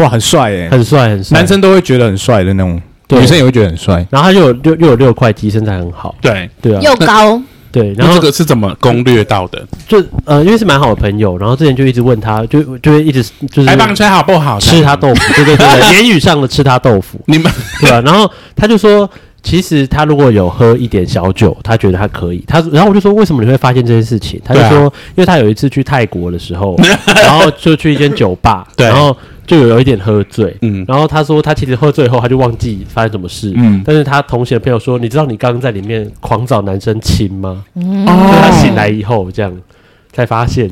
Speaker 1: 哇，很帅耶，
Speaker 4: 很帅很帅。
Speaker 1: 男，生都会觉得很帅的那种，
Speaker 4: 对
Speaker 1: 女生也会觉得很帅。
Speaker 4: 然后他又有六又有六块肌，身材很好，
Speaker 2: 对，
Speaker 4: 对啊，
Speaker 3: 又高，
Speaker 4: 对。然
Speaker 2: 然后
Speaker 4: 后
Speaker 2: 这个是怎么攻略到的？
Speaker 4: 就呃，因为是蛮好的朋友，然后之前就一直问他，就就会一直就是
Speaker 2: 来棒吹好不好？
Speaker 4: 吃他豆腐，对对对对，言语上的吃他豆腐，
Speaker 2: 你们
Speaker 4: 对啊，然后他就说，其实他如果有喝一点小酒，他觉得他可以。他然后我就说，为什么你会发现这件事情？他就
Speaker 2: 对啊
Speaker 4: 说，因为他有一次去泰国的时 候，然后就去一间酒吧，
Speaker 2: 对
Speaker 4: 然后就有一点喝醉。
Speaker 2: 嗯，
Speaker 4: 然后他说，他其实喝醉后，他就忘记发生什么事。
Speaker 1: 嗯
Speaker 4: 但是他同学的朋友说，你知道你刚刚在里面狂找男生亲吗？
Speaker 3: 嗯
Speaker 2: 哦
Speaker 4: 就他醒来以后，这样才发现。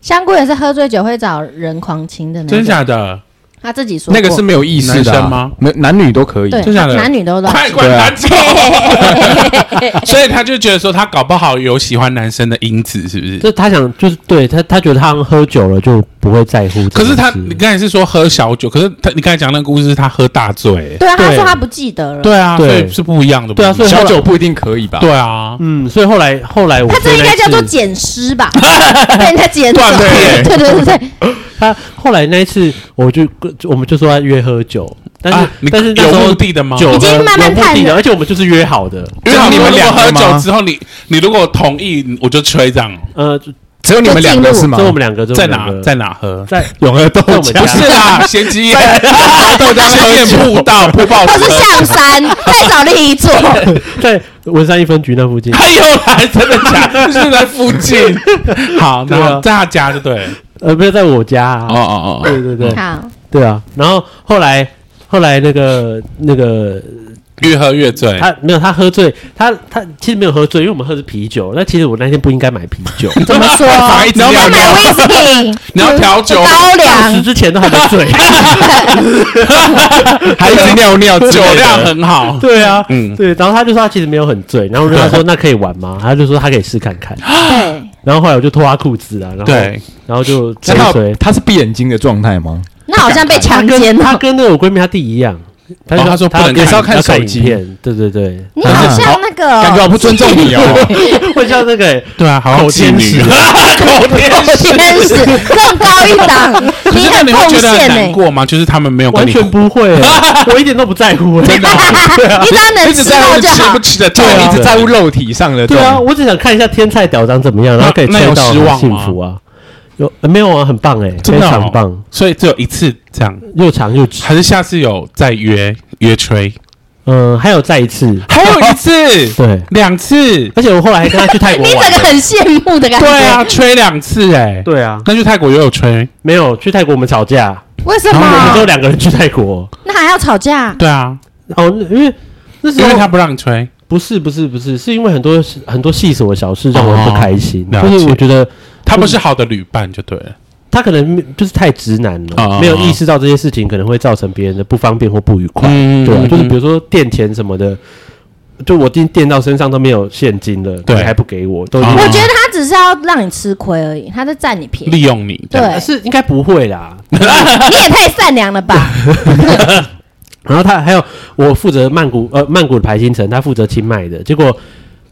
Speaker 3: 香菇也是喝醉酒会找人狂亲的那
Speaker 2: 真
Speaker 3: 种，
Speaker 2: 假的，
Speaker 3: 他自己说
Speaker 1: 那个
Speaker 3: 过
Speaker 1: 是没有意识的
Speaker 2: 男
Speaker 1: 啊
Speaker 2: 生吗？
Speaker 1: 没男女都可以。
Speaker 3: 对
Speaker 2: 真假的
Speaker 3: 男女都懂。
Speaker 2: 快快
Speaker 1: 对啊
Speaker 2: 拿走！
Speaker 4: 啊
Speaker 2: 所以他就觉得说，他搞不好有喜欢男生的因子，是不是？
Speaker 4: 就他想，就是对他，他觉得他好像喝酒了就不会在乎这件事。
Speaker 2: 可是他，你刚才是说喝小酒，可是他，你刚才讲那个故事是他喝大醉，
Speaker 3: 对啊，他
Speaker 4: 对
Speaker 3: 说他不记得了，
Speaker 2: 对啊，
Speaker 4: 对
Speaker 2: 所以是不一样的，
Speaker 4: 对啊
Speaker 2: 不
Speaker 4: 所以
Speaker 1: 小酒不一定可以吧？
Speaker 2: 对啊，
Speaker 4: 嗯，所以后来后来我
Speaker 3: 他这
Speaker 4: 说
Speaker 3: 应
Speaker 4: 那
Speaker 3: 该叫做
Speaker 4: 次
Speaker 3: 捡尸吧，被人家捡走。
Speaker 1: 断
Speaker 3: 对
Speaker 1: 片
Speaker 3: 对对对，
Speaker 4: 他后来那一次，我就我们就说要约喝酒，但是、
Speaker 2: 啊你
Speaker 4: 但是那
Speaker 2: 有
Speaker 4: 时候
Speaker 2: 目的的吗？
Speaker 4: 酒
Speaker 3: 已经
Speaker 4: 喝
Speaker 3: 慢
Speaker 4: 有
Speaker 3: 慢
Speaker 4: 目的
Speaker 3: 看
Speaker 4: 的，
Speaker 3: 了
Speaker 4: 而且我们就是约好的，
Speaker 2: 因为他
Speaker 1: 就是你们
Speaker 2: 如果
Speaker 1: 两
Speaker 2: 喝
Speaker 1: 个吗
Speaker 2: 酒之后，你你如果同意，我就吹这样。
Speaker 4: 呃，就
Speaker 1: 只有你们两个是吗
Speaker 4: 就？我们两个就
Speaker 2: 在
Speaker 4: 我们两
Speaker 2: 哪
Speaker 4: 个
Speaker 2: 在哪呃喝？
Speaker 4: 在
Speaker 1: 永和豆
Speaker 4: 在我们
Speaker 1: 浆
Speaker 4: 家
Speaker 2: 不是啦，咸鸡眼，
Speaker 1: 豆浆
Speaker 2: 咸
Speaker 1: 喝
Speaker 2: 鸡眼
Speaker 1: 酒
Speaker 2: 铺道铺报
Speaker 3: 或是
Speaker 2: 车，
Speaker 3: 象 山，再找另一座。
Speaker 4: 在文山一分局那 附近，
Speaker 2: 他又来，真的假的？就是在附近。好，
Speaker 4: 对啊
Speaker 2: 然后在他家就对了。
Speaker 4: 呃，不是在我家、啊，
Speaker 2: 哦
Speaker 4: 对对对
Speaker 3: 好，
Speaker 4: 对啊。然后后来后来那个那个
Speaker 2: 越喝越醉，
Speaker 4: 他没有，他喝醉，他他其实没有喝醉，因为我们喝的是啤酒。那其实我那天不应该买啤 酒，
Speaker 3: 怎么说？啊
Speaker 2: 反一直
Speaker 3: 你要
Speaker 2: 要
Speaker 3: 买
Speaker 2: 聊
Speaker 3: 威士忌，
Speaker 2: 你要调酒
Speaker 3: 高
Speaker 4: 当时
Speaker 3: 粱，
Speaker 4: 之前都还没 醉。。
Speaker 1: 还一直尿尿之类的，
Speaker 2: 酒量很好
Speaker 4: 对啊，
Speaker 2: 嗯
Speaker 4: 对。然后他就说他其实没有很醉，然后我就跟他说那可以玩吗？他就说他可以试看看。
Speaker 3: 对，
Speaker 4: 然后后来我就脱他裤子啊，然 后
Speaker 2: 对，
Speaker 4: 然后就
Speaker 1: 真
Speaker 4: 追
Speaker 1: 的
Speaker 4: 随。
Speaker 1: 他是闭眼睛的状态吗？
Speaker 3: 那好像被
Speaker 4: 他
Speaker 3: 强奸
Speaker 4: 跟他
Speaker 3: 了。
Speaker 4: 跟那个我闺蜜她弟一样，他
Speaker 2: 哦他说不能
Speaker 4: 也
Speaker 2: 看
Speaker 4: 是要
Speaker 1: 要
Speaker 4: 看
Speaker 1: 看
Speaker 4: 手
Speaker 1: 影
Speaker 4: 机
Speaker 1: 片
Speaker 4: 片，对对 对，
Speaker 3: 你好像那个
Speaker 1: 感觉好不尊重你哦。
Speaker 4: 会像那个
Speaker 2: 对啊，好像
Speaker 4: 口
Speaker 2: 妓
Speaker 4: 天
Speaker 2: 女
Speaker 4: 使，
Speaker 2: 口天
Speaker 3: 狗天使更高一 档，
Speaker 2: 可
Speaker 3: 你
Speaker 2: 是那
Speaker 3: 很
Speaker 2: 你会
Speaker 3: 碰
Speaker 2: 觉得很欸
Speaker 3: 线
Speaker 2: 难
Speaker 3: 呢。
Speaker 2: 过吗？就是他们没有跟
Speaker 4: 完
Speaker 2: 你，
Speaker 4: 全不 会，我一点都不在乎。真的，
Speaker 3: 你只要能
Speaker 2: 一直
Speaker 3: 吃
Speaker 2: 在
Speaker 3: 到
Speaker 2: 乎
Speaker 3: 就
Speaker 2: 吃
Speaker 3: 好
Speaker 2: 不。吃的，
Speaker 1: 对
Speaker 2: 对
Speaker 1: 啊，
Speaker 2: 啊
Speaker 1: 一直在乎肉体上的这
Speaker 4: 对啊，
Speaker 1: 种。
Speaker 4: 我只想看一下天菜屌长怎么样，然后可以
Speaker 2: 那
Speaker 4: 吹
Speaker 2: 那有
Speaker 4: 到
Speaker 2: 失望吗
Speaker 4: 很幸福啊。有呃没有啊？很棒哎，
Speaker 2: 真
Speaker 4: 非
Speaker 2: 的哦
Speaker 4: 常棒，
Speaker 2: 所以只有一次这样，
Speaker 4: 又长又直。
Speaker 2: 还是下次有再约约吹？
Speaker 4: 嗯，还有再一次，
Speaker 2: 还有一次，
Speaker 4: 对，
Speaker 2: 两次，
Speaker 4: 而且我后来还跟他去泰国
Speaker 3: 你整
Speaker 4: 玩
Speaker 3: 个。很羡慕的感觉。
Speaker 2: 对啊，，吹两次哎，
Speaker 4: 对啊，
Speaker 2: 那去泰国也有吹，
Speaker 4: 没有去泰国我们吵架，
Speaker 3: 为什
Speaker 4: 我
Speaker 2: 啊
Speaker 4: 们只有
Speaker 3: 么？
Speaker 4: 两个人去泰国。
Speaker 3: 那还要吵架？
Speaker 2: 对啊，
Speaker 4: 哦，因为那时
Speaker 2: 因
Speaker 4: 候
Speaker 2: 为他不让你吹，
Speaker 4: 不是不是不是，是因为很多很多细琐的小事让我不开心，
Speaker 2: 哦了解
Speaker 4: 就是我觉得
Speaker 2: 他不是好的旅伴就对了。
Speaker 4: 他可能就是太直男了，
Speaker 2: 哦
Speaker 4: 没有意识到这些事情可能会造成别人的不方便或不愉快，
Speaker 2: 嗯
Speaker 4: 对、啊，
Speaker 2: 嗯
Speaker 4: 就是比如说垫钱什么的。就我今垫到身上都没有现金了，
Speaker 2: 对
Speaker 4: 你还不给我，都是、
Speaker 2: 哦
Speaker 3: 我觉得他只是要让你吃亏而已，他在占你便宜。
Speaker 2: 利用你，
Speaker 3: 对，
Speaker 4: 是应该不会啦。
Speaker 3: 你也太善良了吧？
Speaker 4: 然后他还有我负责曼谷呃曼谷的排行程，他负责清迈的，结果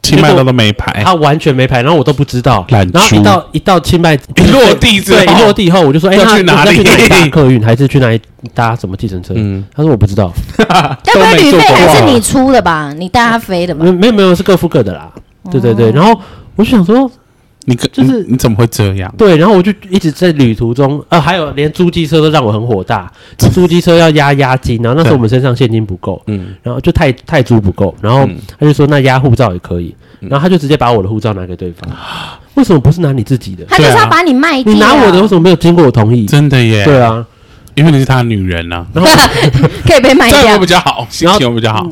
Speaker 2: 清迈都都没排，
Speaker 4: 他完全没排，然后我都不知道。
Speaker 2: 哎懒
Speaker 4: 然后
Speaker 2: 猪
Speaker 4: 一到一到清迈
Speaker 2: 一落地之后
Speaker 4: 对，一落地后我就说，哎，
Speaker 2: 要
Speaker 4: 那
Speaker 2: 去哪
Speaker 4: 要去
Speaker 2: 里
Speaker 4: 哪搭客运还是去哪里搭什么计程车？
Speaker 2: 嗯
Speaker 4: 他说我不知道，
Speaker 3: 该不会旅费还是
Speaker 2: 都没做过
Speaker 3: 你出的吧？你带他飞的吧
Speaker 4: 没？有没有没有是各付各的啦。对对对，然后我就想说，
Speaker 2: 你可
Speaker 4: 就是
Speaker 2: 你你怎么会这样？
Speaker 4: 对，然后我就一直在旅途中，呃，还有连租机车都让我很火大，租机车要压押金，然后那时候我们身上现金不够，
Speaker 2: 嗯，
Speaker 4: 然后就泰泰铢不够，然后
Speaker 2: 嗯
Speaker 4: 他就说那压护照也可以，然后他就直接把我的护照拿给 对方，为什么不是拿你自己的？
Speaker 3: 他就是要把你卖掉。
Speaker 4: 你拿我的为什么没有经过我同意？
Speaker 2: 真的耶，
Speaker 4: 对，啊，
Speaker 2: 因为你是他的女人呐，
Speaker 3: 可以被卖
Speaker 2: 这样
Speaker 3: 掉
Speaker 2: 会比。较好，心
Speaker 4: 然后
Speaker 2: 情会比较好。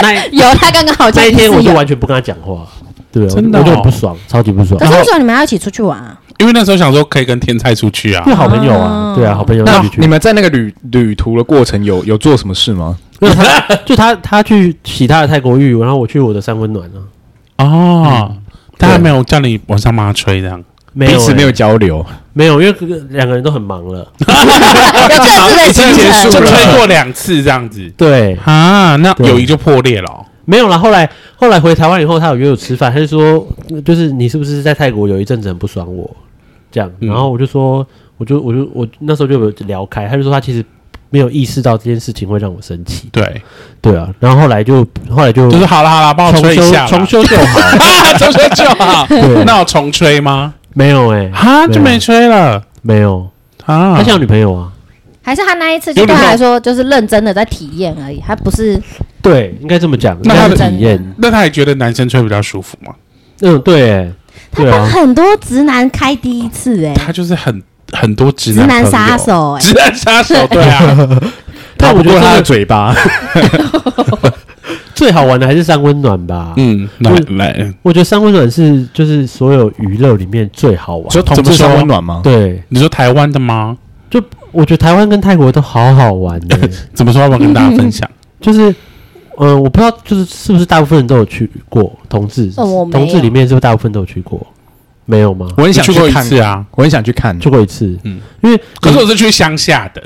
Speaker 4: 那
Speaker 3: 有，他刚刚好像
Speaker 4: 那一天我
Speaker 3: 是
Speaker 4: 就
Speaker 3: 有。
Speaker 4: 完全不跟他讲话，对，我
Speaker 2: 真的哦
Speaker 4: 我就很不爽，超级不爽
Speaker 3: 可。是
Speaker 2: 然后
Speaker 3: 为什么你们要一起出去玩啊？
Speaker 2: 因为那时候想说可以跟天菜出去啊
Speaker 4: 因，为好朋友啊
Speaker 3: 哦，
Speaker 4: 对啊，好朋友一
Speaker 1: 那
Speaker 4: 起去
Speaker 1: 你。们在那个旅旅途的过程有有做什么事吗？
Speaker 4: 没有他，就他他去洗他的泰国浴，然后我去我的三温暖啊，
Speaker 2: 哦，他还没有叫你晚上帮他吹这样，
Speaker 4: 没
Speaker 1: 彼
Speaker 4: 有、欸
Speaker 1: 此没有交流，
Speaker 4: 没有，因为两个人都很忙了。
Speaker 3: 有各
Speaker 2: 啊
Speaker 3: 自的行
Speaker 1: 已经结
Speaker 3: 程
Speaker 1: 束。
Speaker 2: 就
Speaker 1: 了
Speaker 2: 吹过两次这样子
Speaker 4: 对，
Speaker 2: 啊，那
Speaker 4: 对
Speaker 2: 友谊就破裂了哦。
Speaker 4: 没有啦。后来后来回台湾以后，他有约我吃饭，他就说，就是你是不是在泰国有一阵子很不爽我这样？
Speaker 2: 嗯
Speaker 4: 然后我就说，我就我就我那时候就有聊开，他就说他其实没有意识到这件事情会让我生气。
Speaker 2: 对，
Speaker 4: 对啊，然后后来就后来就
Speaker 2: 就是好了好了，帮我
Speaker 4: 重
Speaker 2: 哦吹一下啦，
Speaker 4: 修重修就好，
Speaker 2: 啊， 重修就好。
Speaker 4: 对
Speaker 2: 那我重吹吗？
Speaker 4: 没有哎、
Speaker 2: 啊，就没吹了
Speaker 4: 没有，
Speaker 2: 啊。
Speaker 4: 他现在有女朋友啊。
Speaker 3: 还是他那一次就对他来说就是认真的在体验而已，他不是
Speaker 4: 对，应该这么讲。
Speaker 2: 那他的
Speaker 4: 应该是体验，
Speaker 2: 那他也觉得男生吹比较舒服吗？
Speaker 4: 嗯，对欸，
Speaker 3: 他
Speaker 4: 对
Speaker 3: 帮
Speaker 4: 啊，
Speaker 3: 很多直男开第一次哎、
Speaker 2: 他就是很很多直
Speaker 3: 直
Speaker 2: 男朋
Speaker 3: 男
Speaker 2: 友
Speaker 3: 杀，手哎、
Speaker 2: 直男杀手，对啊，
Speaker 4: 但
Speaker 1: 逃不
Speaker 4: 我觉
Speaker 1: 过
Speaker 4: 得
Speaker 1: 他
Speaker 4: 这
Speaker 1: 的
Speaker 4: 个
Speaker 1: 嘴巴。
Speaker 4: 最好玩的还是三温暖吧。
Speaker 2: 嗯，来
Speaker 4: 嗯
Speaker 2: 来，
Speaker 4: 我觉得三温暖是就是所有娱乐里面最好玩。
Speaker 1: 说同
Speaker 2: 怎么
Speaker 1: 志
Speaker 2: 说
Speaker 1: 上温暖吗？
Speaker 4: 对，
Speaker 2: 你说台湾的吗？
Speaker 4: 就我觉得台湾跟泰国都好好玩的、
Speaker 2: 怎么说？要不要跟大家分享？
Speaker 4: 就是。呃，我不知道，就是是不是大部分人都有去过同志？
Speaker 3: 哦我没有
Speaker 4: 同志里面是不是大部分都有去过？没有吗？
Speaker 1: 我很
Speaker 2: 你
Speaker 1: 想
Speaker 2: 去过一
Speaker 1: 看
Speaker 2: 次，啊，
Speaker 1: 我很想去看
Speaker 4: 去过一次，
Speaker 2: 嗯
Speaker 4: 嗯，因为
Speaker 2: 可是我是去乡下的，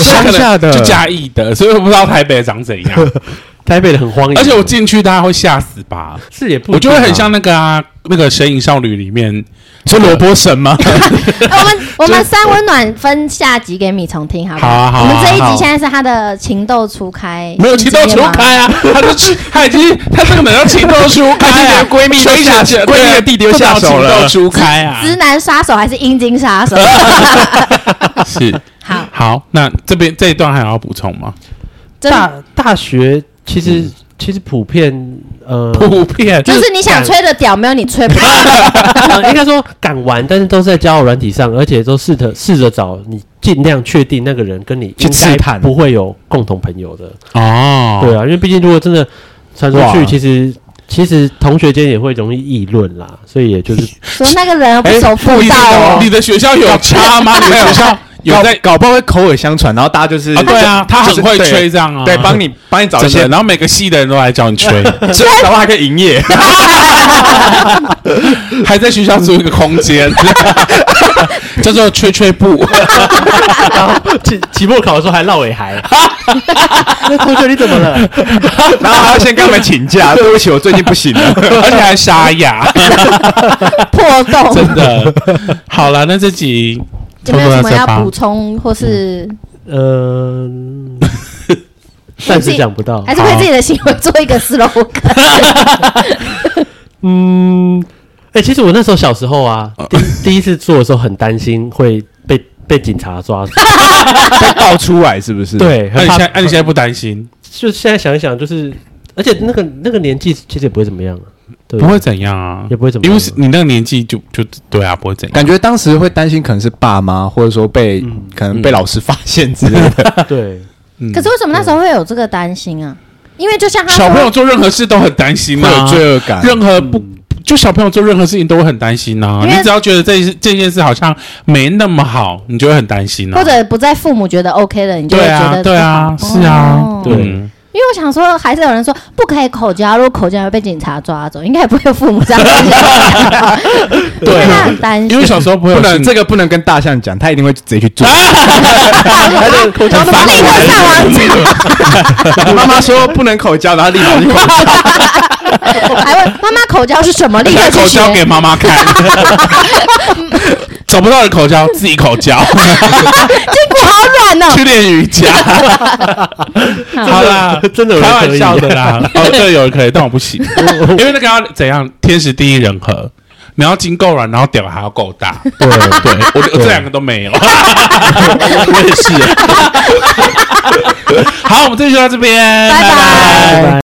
Speaker 1: 乡下的
Speaker 2: 就嘉义的，所以我不知道台北长怎样。
Speaker 4: 台北的很荒野，啊
Speaker 2: 而且我进去大家会吓死吧？
Speaker 4: 是也不一定啊，
Speaker 2: 我就会很像那个啊，那个《神隐少女》里面
Speaker 1: 是萝卜神吗？
Speaker 3: 哎我们我们三温暖分下集给米虫听好不
Speaker 2: 好啊好啊
Speaker 3: 我们这一
Speaker 2: 好啊
Speaker 3: 集现在是他的情窦初开，
Speaker 2: 没有情窦
Speaker 3: 直
Speaker 2: 初
Speaker 3: 接吗，
Speaker 2: 开啊，他就是他已经他这个能叫情窦初开 啊，闺蜜追下去，
Speaker 1: 闺蜜的弟弟又下手了
Speaker 2: 情窦初开啊，
Speaker 3: 直男杀手还 是阴茎 杀手？
Speaker 2: 是
Speaker 3: 好，
Speaker 2: 好。那这边这一段还有要补充吗？
Speaker 3: 真的
Speaker 4: 大大学其实、其实普遍
Speaker 2: 嗯
Speaker 4: 呃，
Speaker 2: 普遍
Speaker 3: 就是你想吹的屌，没有你 吹
Speaker 2: 啊
Speaker 3: 不到。
Speaker 4: 呃应该说敢玩，但是都是在交友软体上，而且都试着试着找你尽量确定那个人跟你
Speaker 1: 去
Speaker 4: 应
Speaker 1: 刺
Speaker 4: 该
Speaker 1: 探
Speaker 4: 不会有共同朋友的。
Speaker 2: 哦，
Speaker 4: 对啊，因为毕竟如果真的传出
Speaker 1: 哇
Speaker 4: 去，其实其实同学间也会容易议论啦，所以 也就是
Speaker 3: 说那个人不
Speaker 2: 哎，
Speaker 3: 守妇
Speaker 2: 你的
Speaker 3: 道 哦，
Speaker 2: 你的学校有差 吗？你的学校有
Speaker 1: 搞
Speaker 2: 在
Speaker 1: 搞不好会口耳相传，然后大家就是
Speaker 2: 啊？对啊，他
Speaker 1: 就
Speaker 2: 很
Speaker 1: 是
Speaker 2: 会
Speaker 1: 对
Speaker 2: 吹这样啊，
Speaker 1: 对，帮你帮你找一
Speaker 2: 真
Speaker 1: 些
Speaker 2: 的，，然后每个系的人都来找你 吹，
Speaker 1: 搞不好还可以营业。
Speaker 2: 还在学校租一个空 间，叫做吹吹 布。
Speaker 4: 期期末考的时候还闹 尾孩，那同学你怎么了？
Speaker 1: 然后还要先跟他们请假，对不起，我最近不行了。
Speaker 2: 而且还沙 哑，
Speaker 3: 破洞。
Speaker 2: 真的。好了，那这集
Speaker 3: 有没有什么
Speaker 2: 差不多到这
Speaker 3: 要
Speaker 2: 吧
Speaker 3: 补充，或是
Speaker 4: 嗯， 暂时想不到
Speaker 3: 还。是为自己的行为做一个 slogan？
Speaker 4: 嗯，哎、其实我那时候小时候啊，第第一次做的时候很担心会被被警察抓住，
Speaker 1: 再爆出来是不是？，
Speaker 4: 对，
Speaker 2: 那
Speaker 4: 很
Speaker 2: 你现
Speaker 4: 怕
Speaker 2: 在，。那你现在不担心？
Speaker 4: 就现在想一想，就是而且那个那个年纪其实也不会怎么样啊，对
Speaker 2: 不会怎样啊，
Speaker 4: 也不会怎么
Speaker 2: 因
Speaker 4: 样啊
Speaker 2: 为是你那个年纪就就对啊，不会怎样。
Speaker 1: 感觉当时会担心，可能是爸妈，或者说被可能被老师发现之类的。
Speaker 4: 啊对，
Speaker 2: 嗯
Speaker 3: 可是为什么那时候会有这个担心啊？因为就像他
Speaker 2: 小朋友
Speaker 3: 说，
Speaker 2: 做任何事都很担心
Speaker 1: 会
Speaker 2: 啊，
Speaker 1: 有罪恶感
Speaker 2: 任何不。
Speaker 1: 嗯
Speaker 2: 就小朋友做任何事情都会很担心呐、
Speaker 3: 因为
Speaker 2: 你只要觉得这这件事好像没那么好，你就会很担心呐、
Speaker 3: 或者不在父母觉得 OK 了，你就会
Speaker 2: 对
Speaker 3: 觉
Speaker 2: 啊，
Speaker 3: 得
Speaker 2: 对啊，
Speaker 3: 不好
Speaker 2: 是啊
Speaker 3: 哦，
Speaker 4: 对
Speaker 2: 嗯
Speaker 3: 因为我想说，还是有人说不可以口交，如果口交会被警察抓走，应该也不会有父母 这样子
Speaker 2: 对
Speaker 3: 因为他很担
Speaker 2: 因
Speaker 3: 心
Speaker 2: 为。小时候不会
Speaker 1: 不
Speaker 2: 有
Speaker 1: 能
Speaker 2: 性
Speaker 1: 这个不能跟大象讲，他一定会直接去 做。
Speaker 4: 他的口罩
Speaker 3: 然后
Speaker 4: 都
Speaker 3: 立刻 上网
Speaker 1: 妈妈说不能口交，然后立 马就口交，
Speaker 3: 找，还问妈妈口交是什么，立刻
Speaker 2: 拿
Speaker 3: 去
Speaker 2: 口
Speaker 3: 学。
Speaker 2: 交给妈妈看， 找不到人口交自己口交，
Speaker 3: 筋骨好软哦
Speaker 2: 去。练瑜伽。好 啦，
Speaker 4: 真的有
Speaker 2: 开
Speaker 4: 人可
Speaker 2: 玩
Speaker 4: 以
Speaker 2: 笑的啦。 哦，对，有人可以，但我不行， 因为那个要怎样？天时地利人和，你要筋够软，然后屌还要够大。
Speaker 4: 对
Speaker 2: 对我我这两个都没有，我 也是。好，我们这期就到这边，
Speaker 3: 拜拜
Speaker 4: 拜拜。